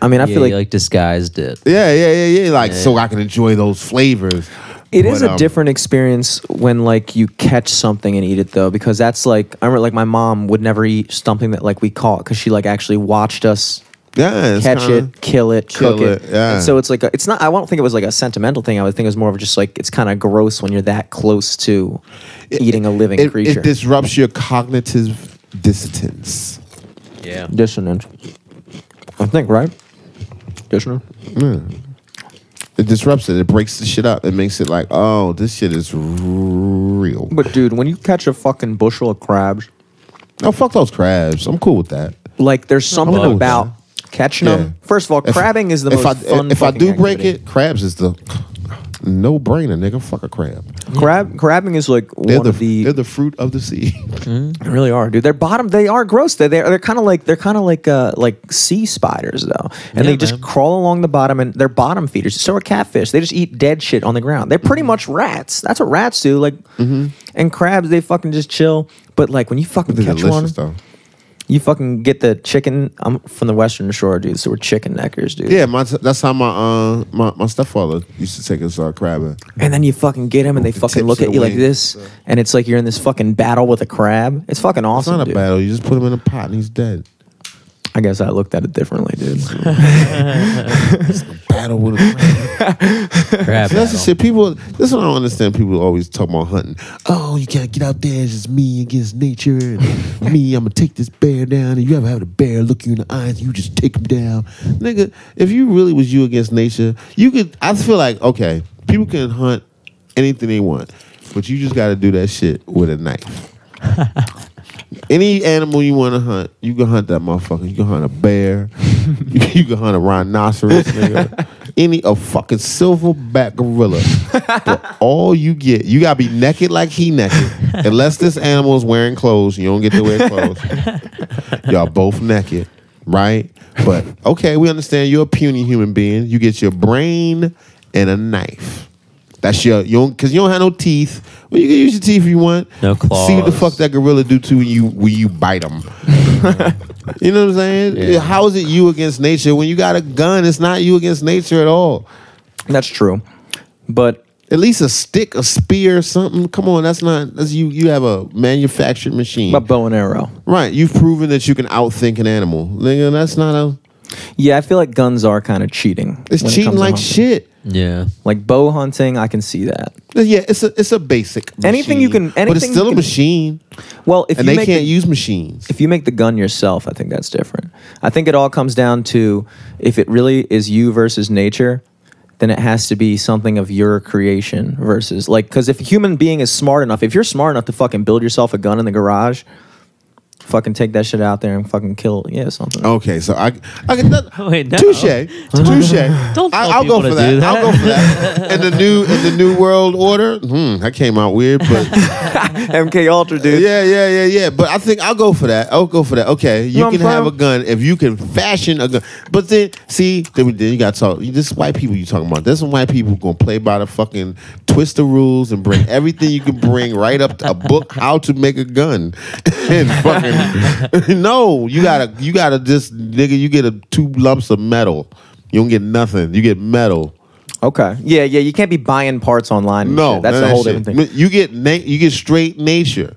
I mean, I yeah, feel you, like like disguised it. yeah yeah yeah yeah like so I can enjoy those flavors It is But, a um, different experience when like you catch something and eat it though, because that's like I remember like my mom would never eat something that like we caught because she like actually watched us yeah it's catch kinda- it, kill it, kill cook it. it, yeah. And so it's like a, it's not. I don't think it was like a sentimental thing. I would think it was more of just like it's kind of gross when you're that close to eating a living it, creature. it disrupts your cognitive dissonance Yeah. Dissonant. I think right. Dissonant. it disrupts it it breaks the shit up it makes it like oh this shit is real But dude, when you catch a fucking bushel of crabs, No, fuck those crabs. I'm cool with that. like there's something Bugs, about man. catching Yeah. them. First of all, crabbing is the if most I, fun. If I fucking do break activity. it, crabs is the no brainer, nigga. Fuck a crab. Crab crabbing is like They're one the, of the they're the fruit of the sea. they really are, dude. They're bottom they are gross. They they're, they're kind of like they're kind of like uh like sea spiders though. Yeah, And they man. just crawl along the bottom and they're bottom feeders. So are catfish. They just eat dead shit on the ground. They're pretty much rats. That's what rats do. Like and crabs they fucking just chill. But like when you fucking Mm-hmm. They're catch one, delicious though. you fucking get the chicken. I'm from the western shore, dude. So we're chicken neckers, dude. Yeah, my that's how my uh my, my stepfather used to take us uh, crabbing. And then you fucking get them and they fucking tips look of at you the like wings, this. And it's like you're in this fucking battle with a crab. It's fucking It's awesome. not a dude. battle. You just put him in a pot and he's dead. I guess I looked at it differently, dude. Battle with a crab. Crab. See, that's the apple. shit. People. This is what I don't understand. People always talk about hunting. Oh, you gotta get out there. It's just me against nature. And me, I'm gonna take this bear down. And you ever have the bear look you in the eyes? You just take him down, nigga. If you really was you against nature, you could. I feel like okay, people can hunt anything they want, but you just gotta do that shit with a knife. Any animal you want to hunt, you can hunt that motherfucker. You can hunt a bear. you, you can hunt a rhinoceros, nigga. Any a fucking silverback gorilla. but all you get, you gotta be naked like he naked. Unless this animal is wearing clothes, you don't get to wear clothes. Y'all both naked, right? But okay, we understand you're a puny human being. You get your brain and a knife. That's your you don't because you don't have no teeth. Well, you can use your teeth if you want. No See what the claws. fuck that gorilla do to when you when you bite them. you know what I'm saying? Yeah. How is it you against nature when you got a gun? It's not you against nature at all. That's true. But At least a stick, a spear, something. Come on, that's not that's you. You have a manufactured machine, my bow and arrow. right? You've proven that you can outthink an animal. Nigga, that's not a. Yeah, I feel like guns are kind of cheating. It's when it cheating comes to like hunting. shit. Yeah. Like bow hunting, I can see that. Yeah, it's a it's a basic. Anything you machine, can- but it's anything still you a can- machine, Well, if and you they make can't the- use machines. if you make the gun yourself, I think that's different. I think it all comes down to if it really is you versus nature, then it has to be something of your creation versus like because if a human being is smart enough, if you're smart enough to fucking build yourself a gun in the garage, fucking take that shit out there and fucking kill yeah something. Okay, so I, I can that, Wait, no. touche, touche. Don't tell I, I'll people go for to that. do I'll go for that. In the new, in the new world order, hmm, that came out weird, but MK Ultra, dude. yeah, yeah, yeah, yeah. But I think I'll go for that. I'll go for that. Okay, you know what can I'm have a saying? gun if you can fashion a gun. But then, see, then, we- then you got to talk. This is white people you talking about. There's some white people gonna play by the fucking twist the rules and bring everything you can bring right up to a book how to make a gun. and fucking no, you gotta you gotta just nigga. You get a two lumps of metal. You don't get nothing. You get metal. Okay. Yeah, yeah. You can't be buying parts online. and No, shit. that's none a of whole that different shit. thing. You get na- you get straight nature.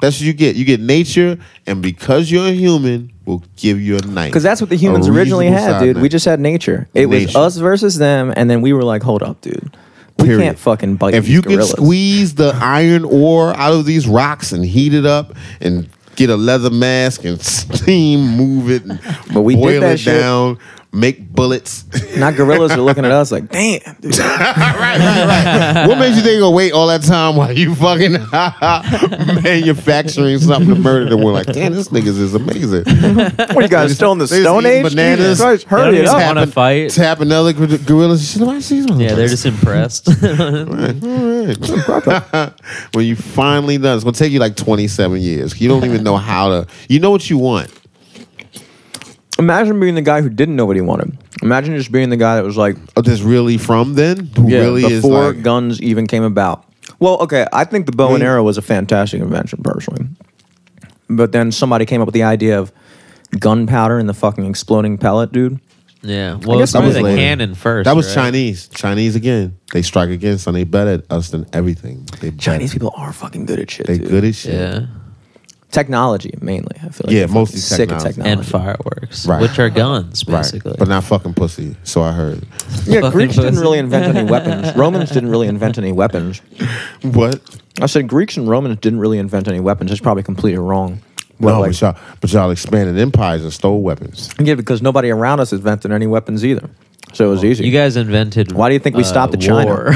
That's what you get. You get nature, and because you're a human, we'll give you a knife. Because that's what the humans A originally reasonable had, size dude. We knife. just had nature. It was Nature. us versus them, and then we were like, hold up, dude. We Period. can't fucking bite if these you gorillas. can squeeze the iron ore out of these rocks and heat it up and get a leather mask and steam move it and But we did boil that it shit. down. make bullets. Now gorillas are looking at us like, damn. right, right, right. What made you think of wait all that time while you fucking manufacturing something to murder them? We're like, damn, this niggas is amazing. What you guys still in the They just Stone eating Age? bananas. Jesus Christ, They don't hurry it even up. wanna Tapping- fight. Tapping other gor- gorillas. She's like, she's like, Yeah, they're just impressed. all right. when you finally done, it's gonna take you like twenty seven years. You don't even know how to. You know what you want. Imagine being the guy who didn't know what he wanted. Imagine just being the guy that was like, Oh, that's really from then. Who really is before like, guns even came about. Well, okay, I think the bow and Hmm. arrow was a fantastic invention personally, but then somebody came up with the idea of gunpowder and the fucking exploding pellet, dude. yeah. Well, guess it's that probably was the later. cannon first. That was right? Chinese. Chinese again. They strike again, so they better at us than everything. They better. Chinese people are fucking good at shit. They dude. good as shit. Yeah. technology mainly. I feel like Yeah, they're fucking mostly sick at technology. And technology. fireworks, Right. which are guns, Right. basically. But not fucking pussy. So I heard. yeah, Fucking Greeks didn't pussy. really invent any weapons. Romans didn't really invent any weapons. What? I said Greeks and Romans didn't really invent any weapons. That's probably completely wrong. But no, like- but y'all, but y'all expanded empires and stole weapons. yeah, because nobody around us invented any weapons either, so it was easy. You guys invented. uh, Why do you think we stopped at China? war.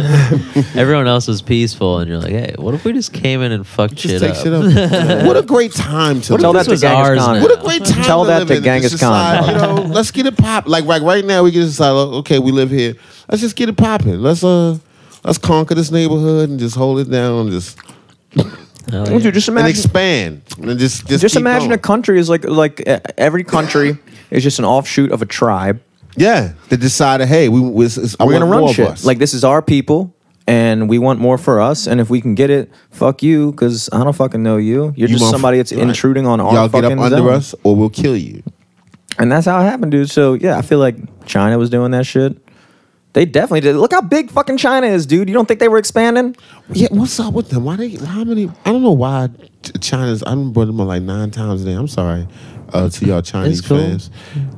Everyone else was peaceful, and you're like, "Hey, what if we just came in and fucked Just shit, take up? shit up. what a great time to Tell live. that This to was Genghis ours Khan. now. What a great time. Tell to that live to in. Genghis It's society, Khan. You know, let's get it poppin'. Like right, right now, we get decide. Okay, we live here. Let's just get it poppin'. Let's uh, let's conquer this neighborhood and just hold it down and just Hell Well, yeah. dude, just and imagine. expand and just just, just keep imagine a going. country is like like uh, every country is just an offshoot of a tribe. yeah. They decided, hey, we we- it's, it's, I We're want gonna run more shit. Of us. Like this is our people, and we want more for us. And if we can get it, fuck you, because I don't fucking know you. You're You just motherf- somebody that's right. intruding on our y'all get fucking up under zone. us or we'll kill you. And that's how it happened, dude. So yeah, I feel like China was doing that shit. They definitely did. Look how big fucking China is, dude. You don't think they were expanding? Yeah, what's up with them? Why they? How many? I don't know why Ch- China's. I remember them like nine times a day. I'm sorry uh, to y'all Chinese cool. fans.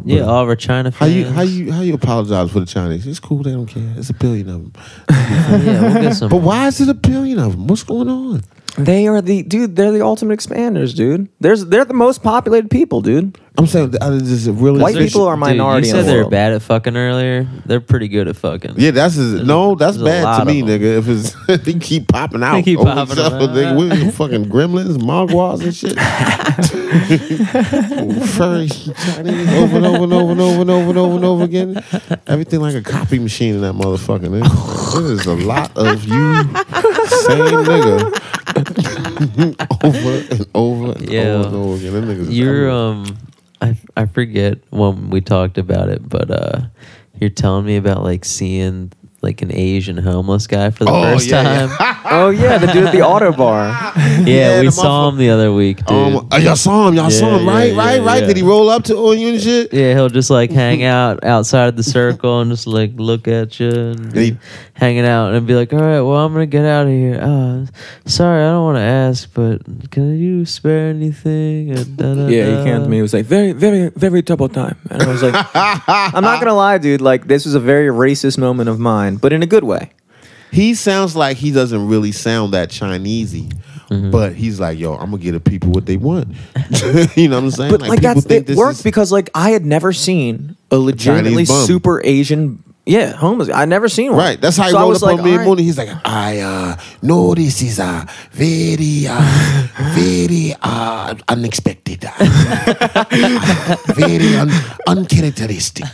yeah, all of our China How fans. you how you how you apologize for the Chinese? It's cool. They don't care. It's a billion of them. Yeah, we'll get some. But why is it a billion of them? What's going on? They are the dude. They're the ultimate expanders, dude. There's they're the most populated people, dude. I'm saying that is just really White people are Dude, minority You in said the they're world. bad at fucking earlier. They're pretty good at fucking. Yeah, that's a, no, that's there's a bad to lot me, of 'em. nigga. If it's they keep popping out, They keep over popping each other, out. nigga. What is it, fucking gremlins, mogwais, and shit. Furry Chinese over and over and over and over and over and over and over again. Everything like a copy machine in that motherfucker. Nigga. There is a lot of you same nigga over and over and Yeah. over and over again. That niggas is You're everywhere. um, I I forget when we talked about it, but uh, you're telling me about like seeing like an Asian homeless guy for the Oh, first yeah, yeah. time. Oh yeah, the dude at the auto bar. Yeah, Yeah, we the saw him the other week, dude. Um, oh, y'all saw him. Y'all Yeah, saw him. yeah, Right, yeah, right, right. yeah. Did he roll up to on you and shit? yeah, he'll just like hang out outside of the circle and just like look at you and He- hanging out and be like, "All right, well, I'm gonna get out of here. Uh, sorry, I don't want to ask, but can you spare anything?" And da-da-da. Yeah, he came to me. He was like, very, very, very double time. And I was like, I'm not gonna lie, dude. Like this was a very racist moment of mine, but in a good way. He sounds like he doesn't really sound that Chinesey, Mm-hmm. but he's like, yo, I'm gonna get the people what they want. you know what I'm saying? But like, that's it worked is- because like I had never seen a legitimately bum. super Asian. Yeah, homeless. I never seen one. Right, that's how he So I rolled was up on like, me "All and right." Mooney. He's like, I uh, know this is uh, very, uh, very uh, unexpected, uh, very un- uncharacteristic.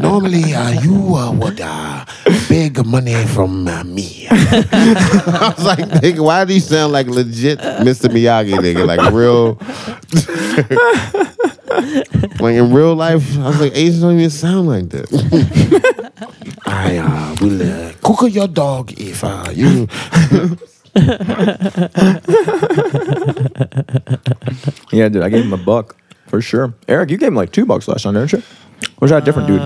Normally, uh, you uh, would uh, beg money from uh, me. I was like, nigga, why do you sound like legit Mr. Miyagi, nigga? Like real. like in real life, I was like, Asians don't even sound like that. I uh, will uh, cook your dog if uh, you. Yeah, dude, I gave him a buck for sure. Eric, you gave him like two bucks last time, didn't you? Or was that a different dude?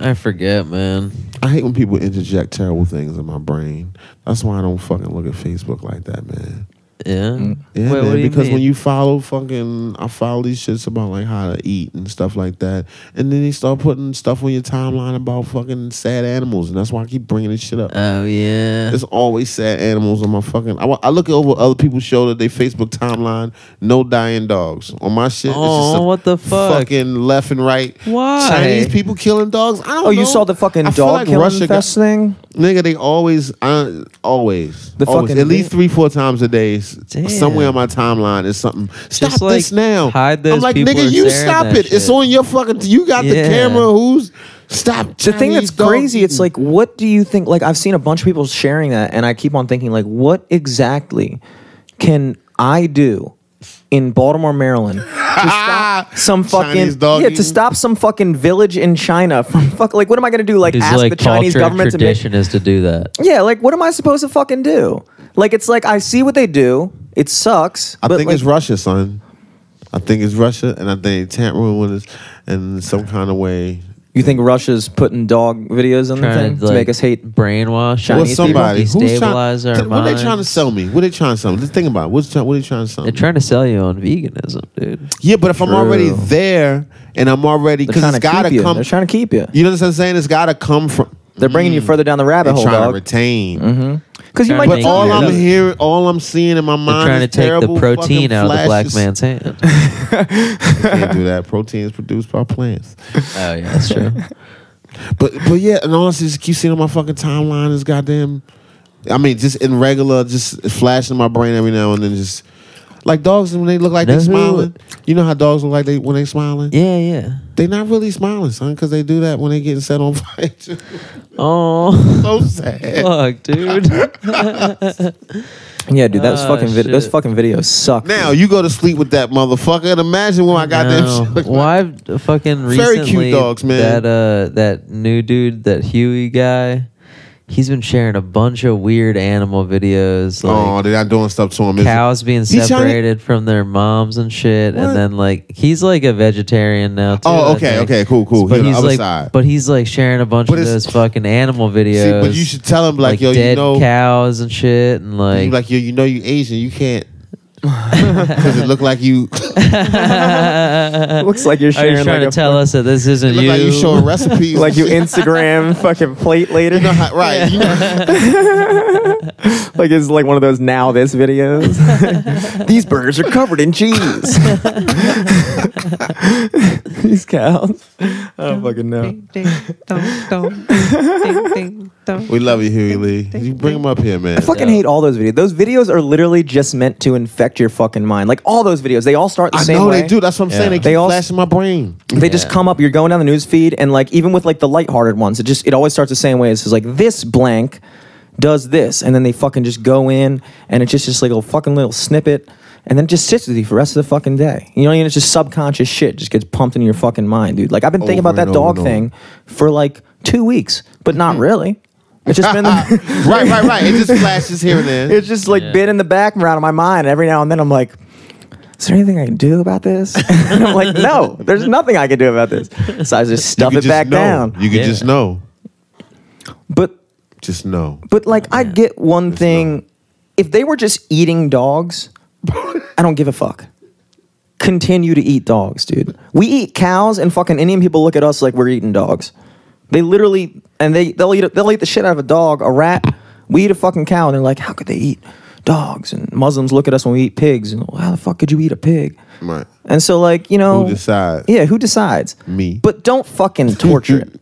I forget, man. I hate when people interject terrible things in my brain. That's why I don't fucking look at Facebook like that, man. Yeah. Mm. Mm. Yeah, Wait, man, what do you because when mean? you follow fucking, I follow these shits about like how to eat and stuff like that, and then they start putting stuff on your timeline about fucking sad animals, and that's why I keep bringing this shit up. Oh yeah. There's always sad animals on my fucking. I, wa- I look over other people's shoulder, they Facebook timeline, no dying dogs. On my shit, it's just Oh, a what the fuck? fucking left and right. Why? Chinese people killing dogs? I don't know. Oh, you saw the fucking I feel dog like killing Russia got- fest thing? Nigga, they always, uh, always, The always, fucking at least three, four times a day, s- Damn. somewhere on my timeline is something. Stop Just, like, this now! hide those I'm like, people nigga, that's you there and stop that it. It's shit. on your fucking. You got the Yeah. camera. Who's stop? The thing Chinese that's dog crazy, it's eating. like, what do you think? Like, I've seen a bunch of people sharing that, and I keep on thinking, like, what exactly can I do in Baltimore, Maryland, ah, some Chinese fucking dog yeah, eating? to stop some fucking village in China from fuck? Like, what am I gonna do? Like, It's ask like the Chinese culture and government to make tradition is to do that. Yeah, like what am I supposed to fucking do? Like it's like I see what they do. It sucks. I but think like, it's Russia, son. I think it's Russia, and I think tampering with us in some kind of way. You think Russia's putting dog videos on the Trying thing to, to like, make us hate? brainwash Well, Well, Chinese somebody people, who's trying. destabilize T- our what are they trying to minds. sell me? What are they trying to sell me? Just think about it. What's try, what are they trying to sell me? They're trying to sell you on veganism, dude. yeah, but if I'm already True. there and I'm already They're because trying it's to got keep to you. come. They're trying to keep you. Mm. You know what I'm saying? It's got to come from. They're bringing you further down the rabbit They're hole, trying to dog. retain. Because you Mm-hmm. They're might trying But Thank all you. I'm hearing, all I'm seeing in my They're mind trying to is take terrible the protein fucking out of the black flashes. man's hand. Can't do that. Protein is produced by plants. oh yeah, that's true. But but yeah, and honestly, just keep seeing on my fucking timeline is goddamn. I mean, just in regular, just flashing my brain every now and then. Just like dogs when they look like Know they who- smiling. You know how dogs look like they when they smiling. Yeah, yeah. They not really smiling, son, because they do that when they getting set on fire. Oh, so sad. fuck, dude. Yeah, dude, that's Ah, fucking vid- those shit. fucking videos suck. Now you go to sleep with that motherfucker, and imagine when I got No. that. Well, I've fucking Very recently cute dogs, man. that uh that new dude, that Huey guy, he's been sharing a bunch of weird animal videos oh, like they're not doing stuff to him. is it? cows being He trying to- separated from their moms and shit What? and then like he's like a vegetarian now too. Oh, I okay, think. okay, cool, cool. But He on the he's other like side. but he's like sharing a bunch But of it's- those fucking animal videos. See, but you should tell him like, like, yo, dead you know, cows and shit and you like, like yo, you know, you Asian, you can't. Because it look like you Looks like you're Uh, Are sharing you Oh, trying like, to a, tell us that this isn't It look you? like you showing recipes. like you and shit. Instagram fucking plate later. You know how, right. You know, like it's like one of those now this videos. These burgers are covered in cheese. These cows. I don't fucking know. ding ding dong dong ding ding dong. we love you, Huey Lee. You bring him up here, man. I fucking Yeah. hate all those videos. Those videos are literally just meant to infect your fucking mind. Like all those videos, they all start the I same know way. they do. That's what I'm saying. They Yeah. keep They all- flashing my brain. They just Yeah. come up. You're going down the news feed, and like even with like the lighthearted ones, it just it always starts the same way. It's just like this blank does this, and then they fucking just go in, and it's just just like a fucking little snippet, and then it just sits with you for the rest of the fucking day. You know, what I mean? it's just subconscious shit just gets pumped into your fucking mind, dude. Like I've been thinking Over about that and over dog and over. thing for like two weeks, but not really. It's just been. right, right, right. It just flashes here and there. It's just like Yeah. been in the background of my mind. Every now and then, I'm like, is there anything I can do about this? and I'm like, no, there's nothing I can do about this. So I just You stuff could it just back know. down. You could Yeah. just know. But Just know. but like, I get one thing. If they were just eating dogs, I don't give a fuck. Continue to eat dogs, dude. We eat cows, and fucking Indian people look at us like we're eating dogs. They literally, and they they'll eat they'll eat the shit out of a dog, a rat. We eat a fucking cow, and they're like, how could they eat dogs? And Muslims look at us when we eat pigs, and how the fuck could you eat a pig? Right. And so, like, you know, Who decides? Yeah, who decides? Me. But don't fucking torture it.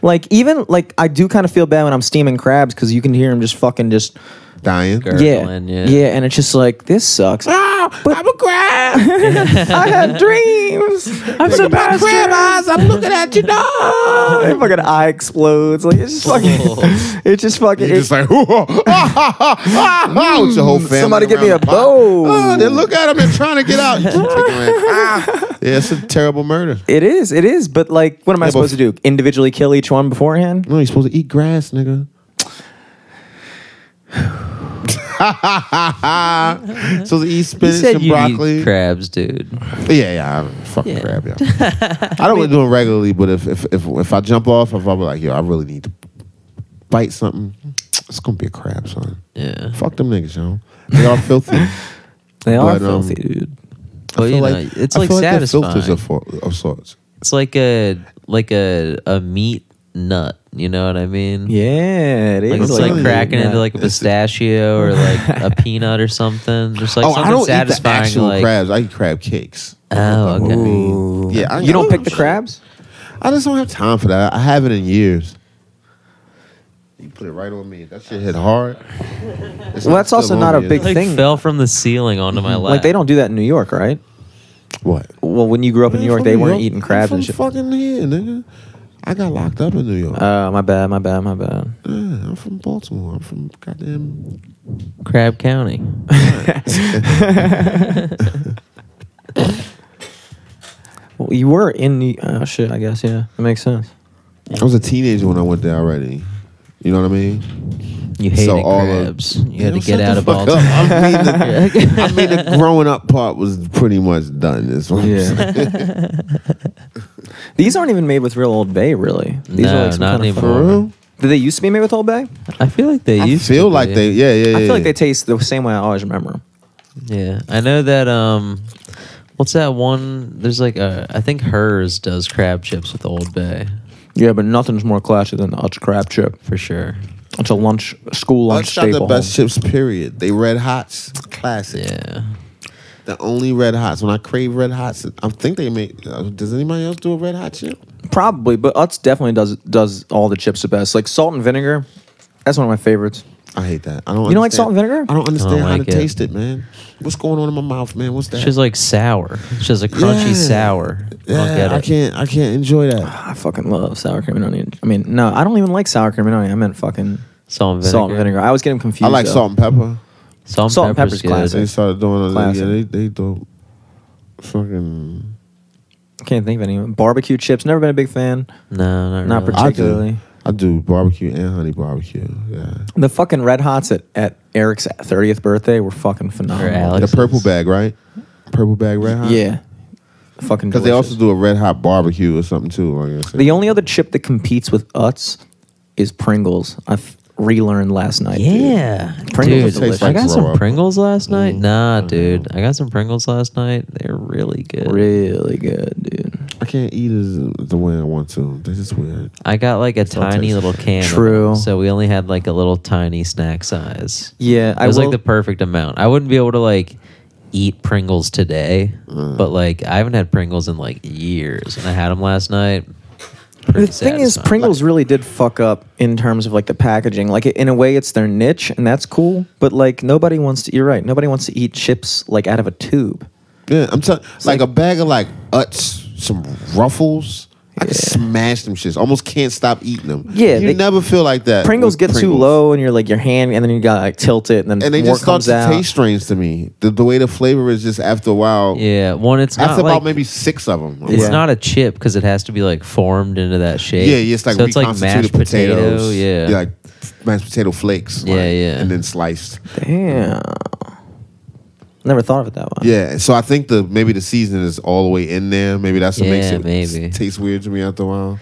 Like, even like, I do kind of feel bad when I'm steaming crabs because you can hear them just fucking just Dying. Girl. yeah, Gurgling, yeah, yeah. and it's just like this sucks. Ah, I'm a crab. I had dreams. I'm so bad. crab eyes. I'm looking at you, dog. My fucking eye explodes. Like it's just Oh. fucking. It's just fucking. You're It's, just like, "Ooh, ah, ah, ah, ah, ah," with your whole family. somebody give me around a the pot. bow. Ah, then look at him and trying to get out. You just take him in. Ah. Yeah, it's a terrible murder. it is. It is. But like, what am I Yeah, but- supposed to do? Individually kill each one beforehand? No, you're supposed to eat grass, nigga. supposed to eat You spinach said and you broccoli. eat crabs, dude. Yeah, yeah, I'm fucking Yeah. crab, yeah. I don't really do it regularly, but if if if, if I jump off, if I'm like, yo, I really need to bite something, it's gonna be a crab, son. Yeah. Fuck them niggas, yo. They all filthy. They are But, um, filthy, dude. Well, you know, it's like they're filters satisfying. of, for, of sorts. It's like a like a a meat nut. You know what I mean? Yeah, it is. Like it's I'm like telling you, cracking into yeah. like a pistachio or like a peanut or something. Just like oh, something I don't eat the satisfying. actual like, crabs. I eat crab cakes. Oh, okay. Ooh. Yeah, I- you don't pick the I- crabs. I just don't have time for that. I haven't in years. You put it right on me. That shit hit hard. It's Well, that's still also on not a me. big- Like Mm-hmm. Thing- fell from the ceiling onto my lap. Like they don't do that in New York, right? What? Well, when you grew up in New York, From they weren't York. eating I'm crabs from and shit. Fucking here, nigga. I got locked up in New York. Uh, my bad, my bad, my bad. yeah, I'm from Baltimore. I'm from goddamn. Crab County. Well, you were in New. Oh shit, I guess yeah, it makes sense. I was a teenager when I went there already. You know what I mean? You hated So all of- crabs. you had to Yeah, shut get the out of fuck up. Baltimore. I mean, the, I mean, the growing up part was pretty much done. This one. Yeah. These aren't even made with real Old Bay, really. These No, are like some not kind of anymore. For real? Did they used to be made with Old Bay? I feel like they I used feel to like be. they. Yeah, yeah, yeah. I feel like they taste the same way I always remember. 'em. Yeah, I know that. Um, what's that one? There's like a. I think hers does crab chips with Old Bay Yeah, but nothing's more classy than the Utz crab chip. for sure. It's a lunch school lunch Let's try the staple. best chips. Period. They red hots, classic. Yeah, The only red hots. When I crave red hots, I think they make. uh, Does anybody else do a red hot chip? Probably, but Utz definitely does does all the chips the best. Like salt and vinegar, that's one of my favorites. I hate that. I don't. You don't like understand- salt and vinegar? I don't understand how like to it. taste it, man. What's going on in my mouth, man? What's that? she's like sour. She's a crunchy Yeah. sour. I don't yeah, get I it. can't. I can't enjoy that. I fucking love sour cream and onion. I mean, no, I don't even like sour cream and onion. I meant fucking Salt and vinegar. salt and vinegar. I always get them confused. I like though. salt and pepper. Salt and, Salt and pepper's, pepper's classic. They good. started doing. Classic. Yeah, they they do. Fucking. Can't think of any. Barbecue chips. Never been a big fan. No, not, Not really. particular. Particularly. I do. I do barbecue and honey barbecue. Yeah. The fucking Red Hots at, at Eric's 30th birthday were fucking phenomenal. Or Alex. The purple bag, right? Purple bag red hot. Yeah. Fucking Because they also delicious. do a red hot barbecue or something too. Like I said. The only other chip that competes with Utz is Pringles. I f- relearned last night. dude. Yeah, Pringles dude. are delicious. I got some Grow up. Pringles last Mm. night. Nah, Mm. dude. I got some Pringles last night. They're really good. Really good, dude. I can't eat it the way I want to. This is weird. I got like a all tiny tasty. little can. of True. them, so we only had like a little tiny snack size. Yeah, I It was will- like the perfect amount. I wouldn't be able to like eat Pringles today, Mm. but like I haven't had Pringles in like years, and I had them last night. The thing is, Pringles really did fuck up in terms of like the packaging. Like in a way, it's their niche, and that's cool. But like nobody wants to. You're right. Nobody wants to eat chips like out of a tube. Yeah, I'm telling like, a bag of like Utz, some Ruffles. I can smash them shits. Almost can't stop eating them. Yeah, you they- never feel like that. Pringles with get too low, and you're like your hand, and then you got to like tilt it, and then and they more just start comes to out. taste strange to me. The, the way the flavor is just after a while. yeah. One, it's not after about like- maybe six of them. It's Yeah. not a chip because it has to be like formed into that shape. Yeah, yeah, it's like so it's like reconstituted mashed potato. potatoes. Yeah, like mashed potato flakes. like, Yeah, yeah. and then sliced. Damn. Never thought of it that way. Yeah, so I think the maybe the season is all the way in there. Maybe that's what makes Yeah, it maybe. s- taste weird to me after a while.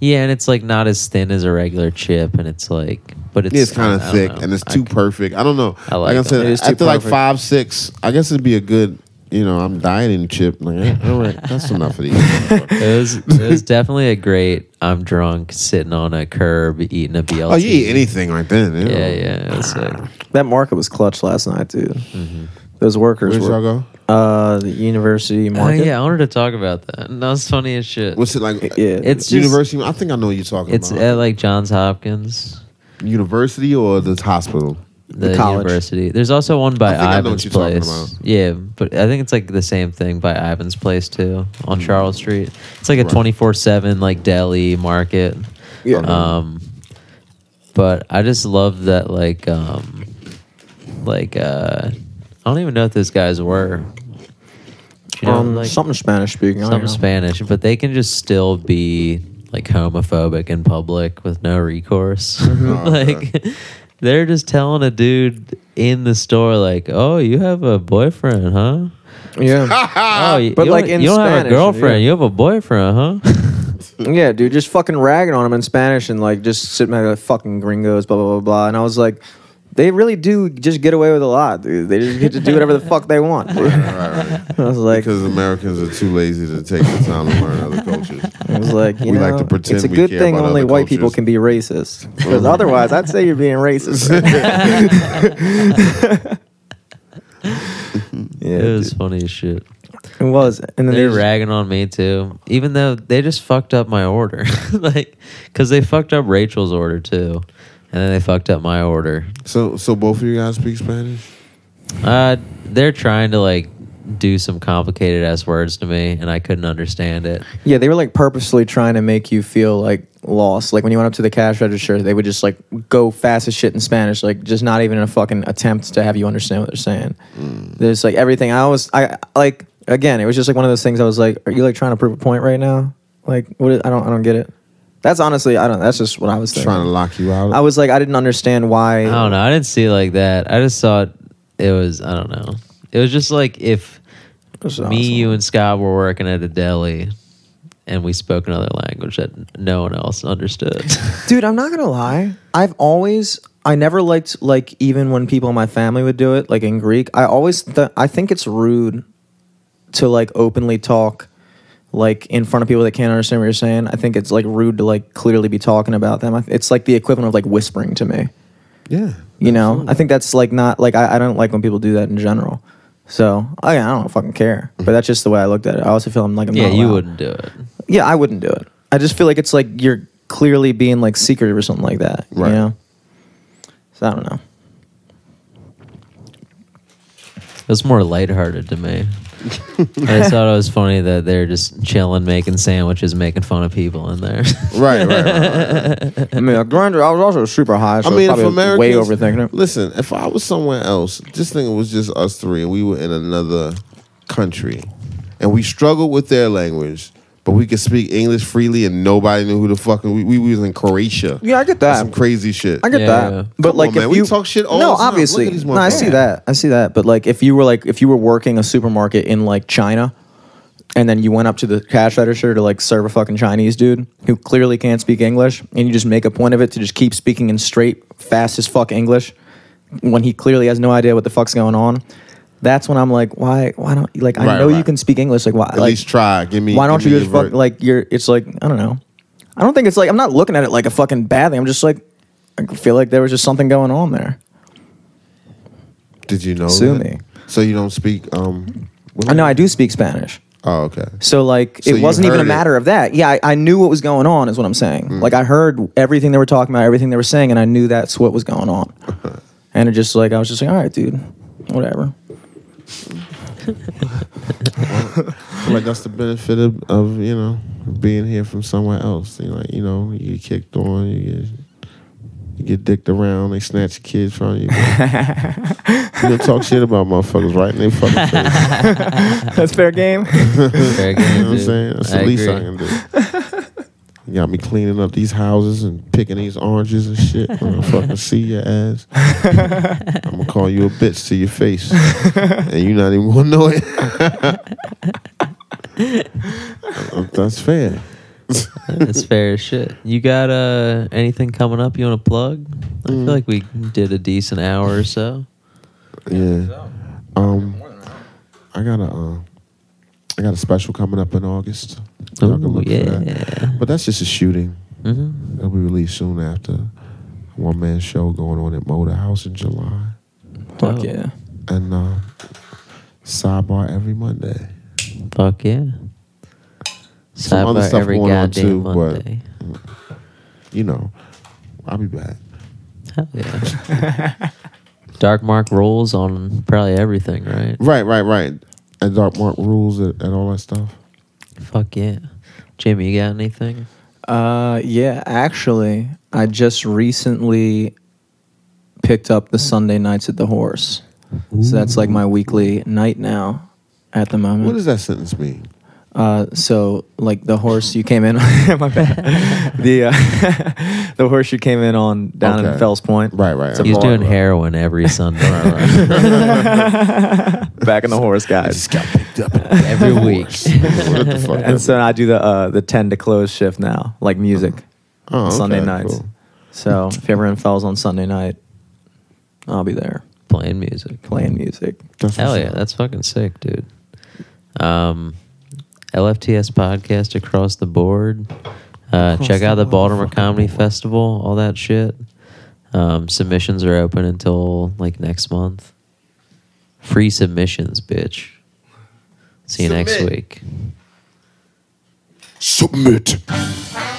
yeah, and it's like not as thin as a regular chip, and it's like, but it's, It's, kind I of don't thick know. and it's I too c- perfect. I don't know. I like I it. said, It is too after like perfect. five, six, I guess it'd be a good. You know, I'm dieting chip. Like, all right, that's enough of these. it was it was definitely a great. I'm drunk, sitting on a curb, eating a BLT. oh, you eat anything right then? you know. Yeah, yeah. It was sick. That market was clutch last night, dude. Mm-hmm. Those workers Where'd y'all were. go? Uh, the university Oh, market. yeah, I wanted to talk about that. And That was funny as shit. What's it like? Yeah. It's just- university. I think I know what you're talking it's about. at like Johns Hopkins, university or the hospital. the, college. university. There's also one by I think I know what Ivan's you're talking place. Yeah, but I think it's like the same thing by Ivan's place too on Charles Street. It's like a Hmm. Right. 24 seven like deli market. Yeah. Um, but I just love that like um, like uh, I don't even know if those guys were. You know, um, like- something Spanish speaking. I don't some know. Spanish, but they can just still be like homophobic in public with no recourse. Mm-hmm. Oh, okay. like they're just telling a dude in the store, like, "Oh, you have a boyfriend, huh? Yeah. Ah. oh, you, but you like don't- in you don't have a Spanish, girlfriend, yeah. you have a boyfriend, huh? yeah, dude, just fucking ragging on him in Spanish and like just sitting there like fucking gringos, blah blah blah blah. And I was like, They really do just get away with a lot. dude. They just get to do whatever the fuck they want. dude. Right, right. I was like, Because Americans are too lazy to take the time to learn other cultures. I was like, you We know, like to pretend it's a we good care thing about only other white people cultures. can be racist. Because otherwise, I'd say you're being racist. yeah, It was dude. funny as shit. it was. And They're then they just- ragging on me too, even though they just fucked up my order, like, cause they fucked up Rachel's order too, and then they fucked up my order. So, so both of you guys speak Spanish? Uh, they're trying to like do some complicated ass words to me, and I couldn't understand it. Yeah, they were like purposely trying to make you feel like lost. Like when you went up to the cash register, they would just like go fast as shit in Spanish, like just not even a fucking attempt to have you understand what they're saying. Mm. There's like everything. I was I like again, it was just like one of those things. I was like, are you like trying to prove a point right now? Like what? Is, I don't I don't get it. That's honestly I don't. That's just what I was thinking. Trying to lock you out. I was like I didn't understand why. I don't know. I didn't see it like that. I just thought it was. I don't know. It was just like if was me, awesome. you, and Scott were working at a deli, and we spoke another language that n- no one else understood. Dude, I'm not gonna lie. I've always I never liked like even when people in my family would do it, like in Greek. I always th- I think it's rude to like openly talk like in front of people that can't understand what you're saying. I think it's like rude to like clearly be talking about them. I- It's like the equivalent of like whispering to me. yeah. You know, I think that's like not like I, I don't like when people do that in general. So I, I don't fucking care, but that's just the way I looked at it. I also feel I'm like I'm Mm-hmm. yeah, not you allowed. wouldn't do it. Yeah, I wouldn't do it. I just feel like it's like you're clearly being like secretive or something like that. Right. You know? So I don't know. It was more lighthearted to me. I just thought it was funny that they're just chilling, making sandwiches, making fun of people in there. Right, right, right, right. I mean, a grinder. I was also super high. So I mean, if probably Americans, way overthinking it. Listen, if I was somewhere else, just think it was just us three, and we were in another country, and we struggled with their language, but we could speak English freely, and nobody knew who the fucking we, we was in Croatia. Yeah, I get that. Some crazy shit. I get Yeah, that. yeah. But Come like, on, if man, you we talk shit all no, the time. obviously, Look at these no, I see motherfuckers. that. I see that. But like, if you were like, if you were working a supermarket in like China, and then you went up to the cash register to like serve a fucking Chinese dude who clearly can't speak English, and you just make a point of it to just keep speaking in straight, fast as fuck English, when he clearly has no idea what the fuck's going on. That's when I'm like, why? Why don't you like? I Right, know you right. can speak English. Like, why? At like, least try. Give me. why don't give you me just your fuck ver- like you're it's like i don't know i don't think it's like i'm not looking at it like a fucking bad thing i'm just like i feel like there was just something going on there Did you know? sue that? me. So you don't speak. Um. i know i do speak spanish Oh, okay. so like So it you wasn't even a heard it. Mm. matter of that yeah I, I knew what was going on is what i'm saying like i heard everything they were talking about everything they were saying and i knew that's what was going on and it just like i was just like all right dude whatever feel like that's the benefit of, of you know being here from somewhere else. You know, like, you know, you get kicked on, you get you get dicked around, they snatch your kids from you. you don't talk shit about motherfuckers right in their fucking face. that's fair game Fair game, You know what I'm dude. saying? That's I the least I agree. can do. You got me cleaning up these houses and picking these oranges and shit. I'm gonna fucking see your ass. I'm gonna call you a bitch to your face, and you're not even gonna know it. Uh, That's fair. That's fair as shit. You got uh anything coming up you want to plug? I Mm. feel like we did a decent hour or so. Yeah. Um, I got a, uh, I got a special coming up in August. Y'all can Ooh, look for that. But that's just a shooting. hmm It'll be released soon after. One man show going on at Motor House in July, fuck Dope. yeah and uh, sidebar every Monday. Fuck yeah. Some other Sidebar stuff Uh, every going on goddamn too, but- Monday. You know, I'll be back. Hell yeah. Dark Mark rolls on probably everything, right? Right, right, right. And Dark Mark rules and, and all that stuff. Fuck yeah. Jimmy, you got anything? Uh, yeah, actually, I just recently picked up the Sunday nights at the Horse, so that's like my weekly night now. At the moment, What does that sentence mean? uh, so like the horse you came in, my bad. the uh, the horse you came in on down Okay. in Fells Point, Right, right. It's a right. He's bar. doing heroin every Sunday, back in the horse, guys. got picked up. every week. what the fuck? And so I do the uh, the ten to close shift now, like music, Oh, okay, Sunday nights. cool. So if you're ever in Fells on Sunday night, I'll be there playing music. playing music. That's Hell what's yeah, up. that's fucking sick, dude. Um, LFTS podcast across the board. Uh, Across check the out the motherfucking Baltimore Comedy board. Festival, all that shit. Um, submissions are open until like next month. Free submissions, bitch. See you next Submit. week. Submit.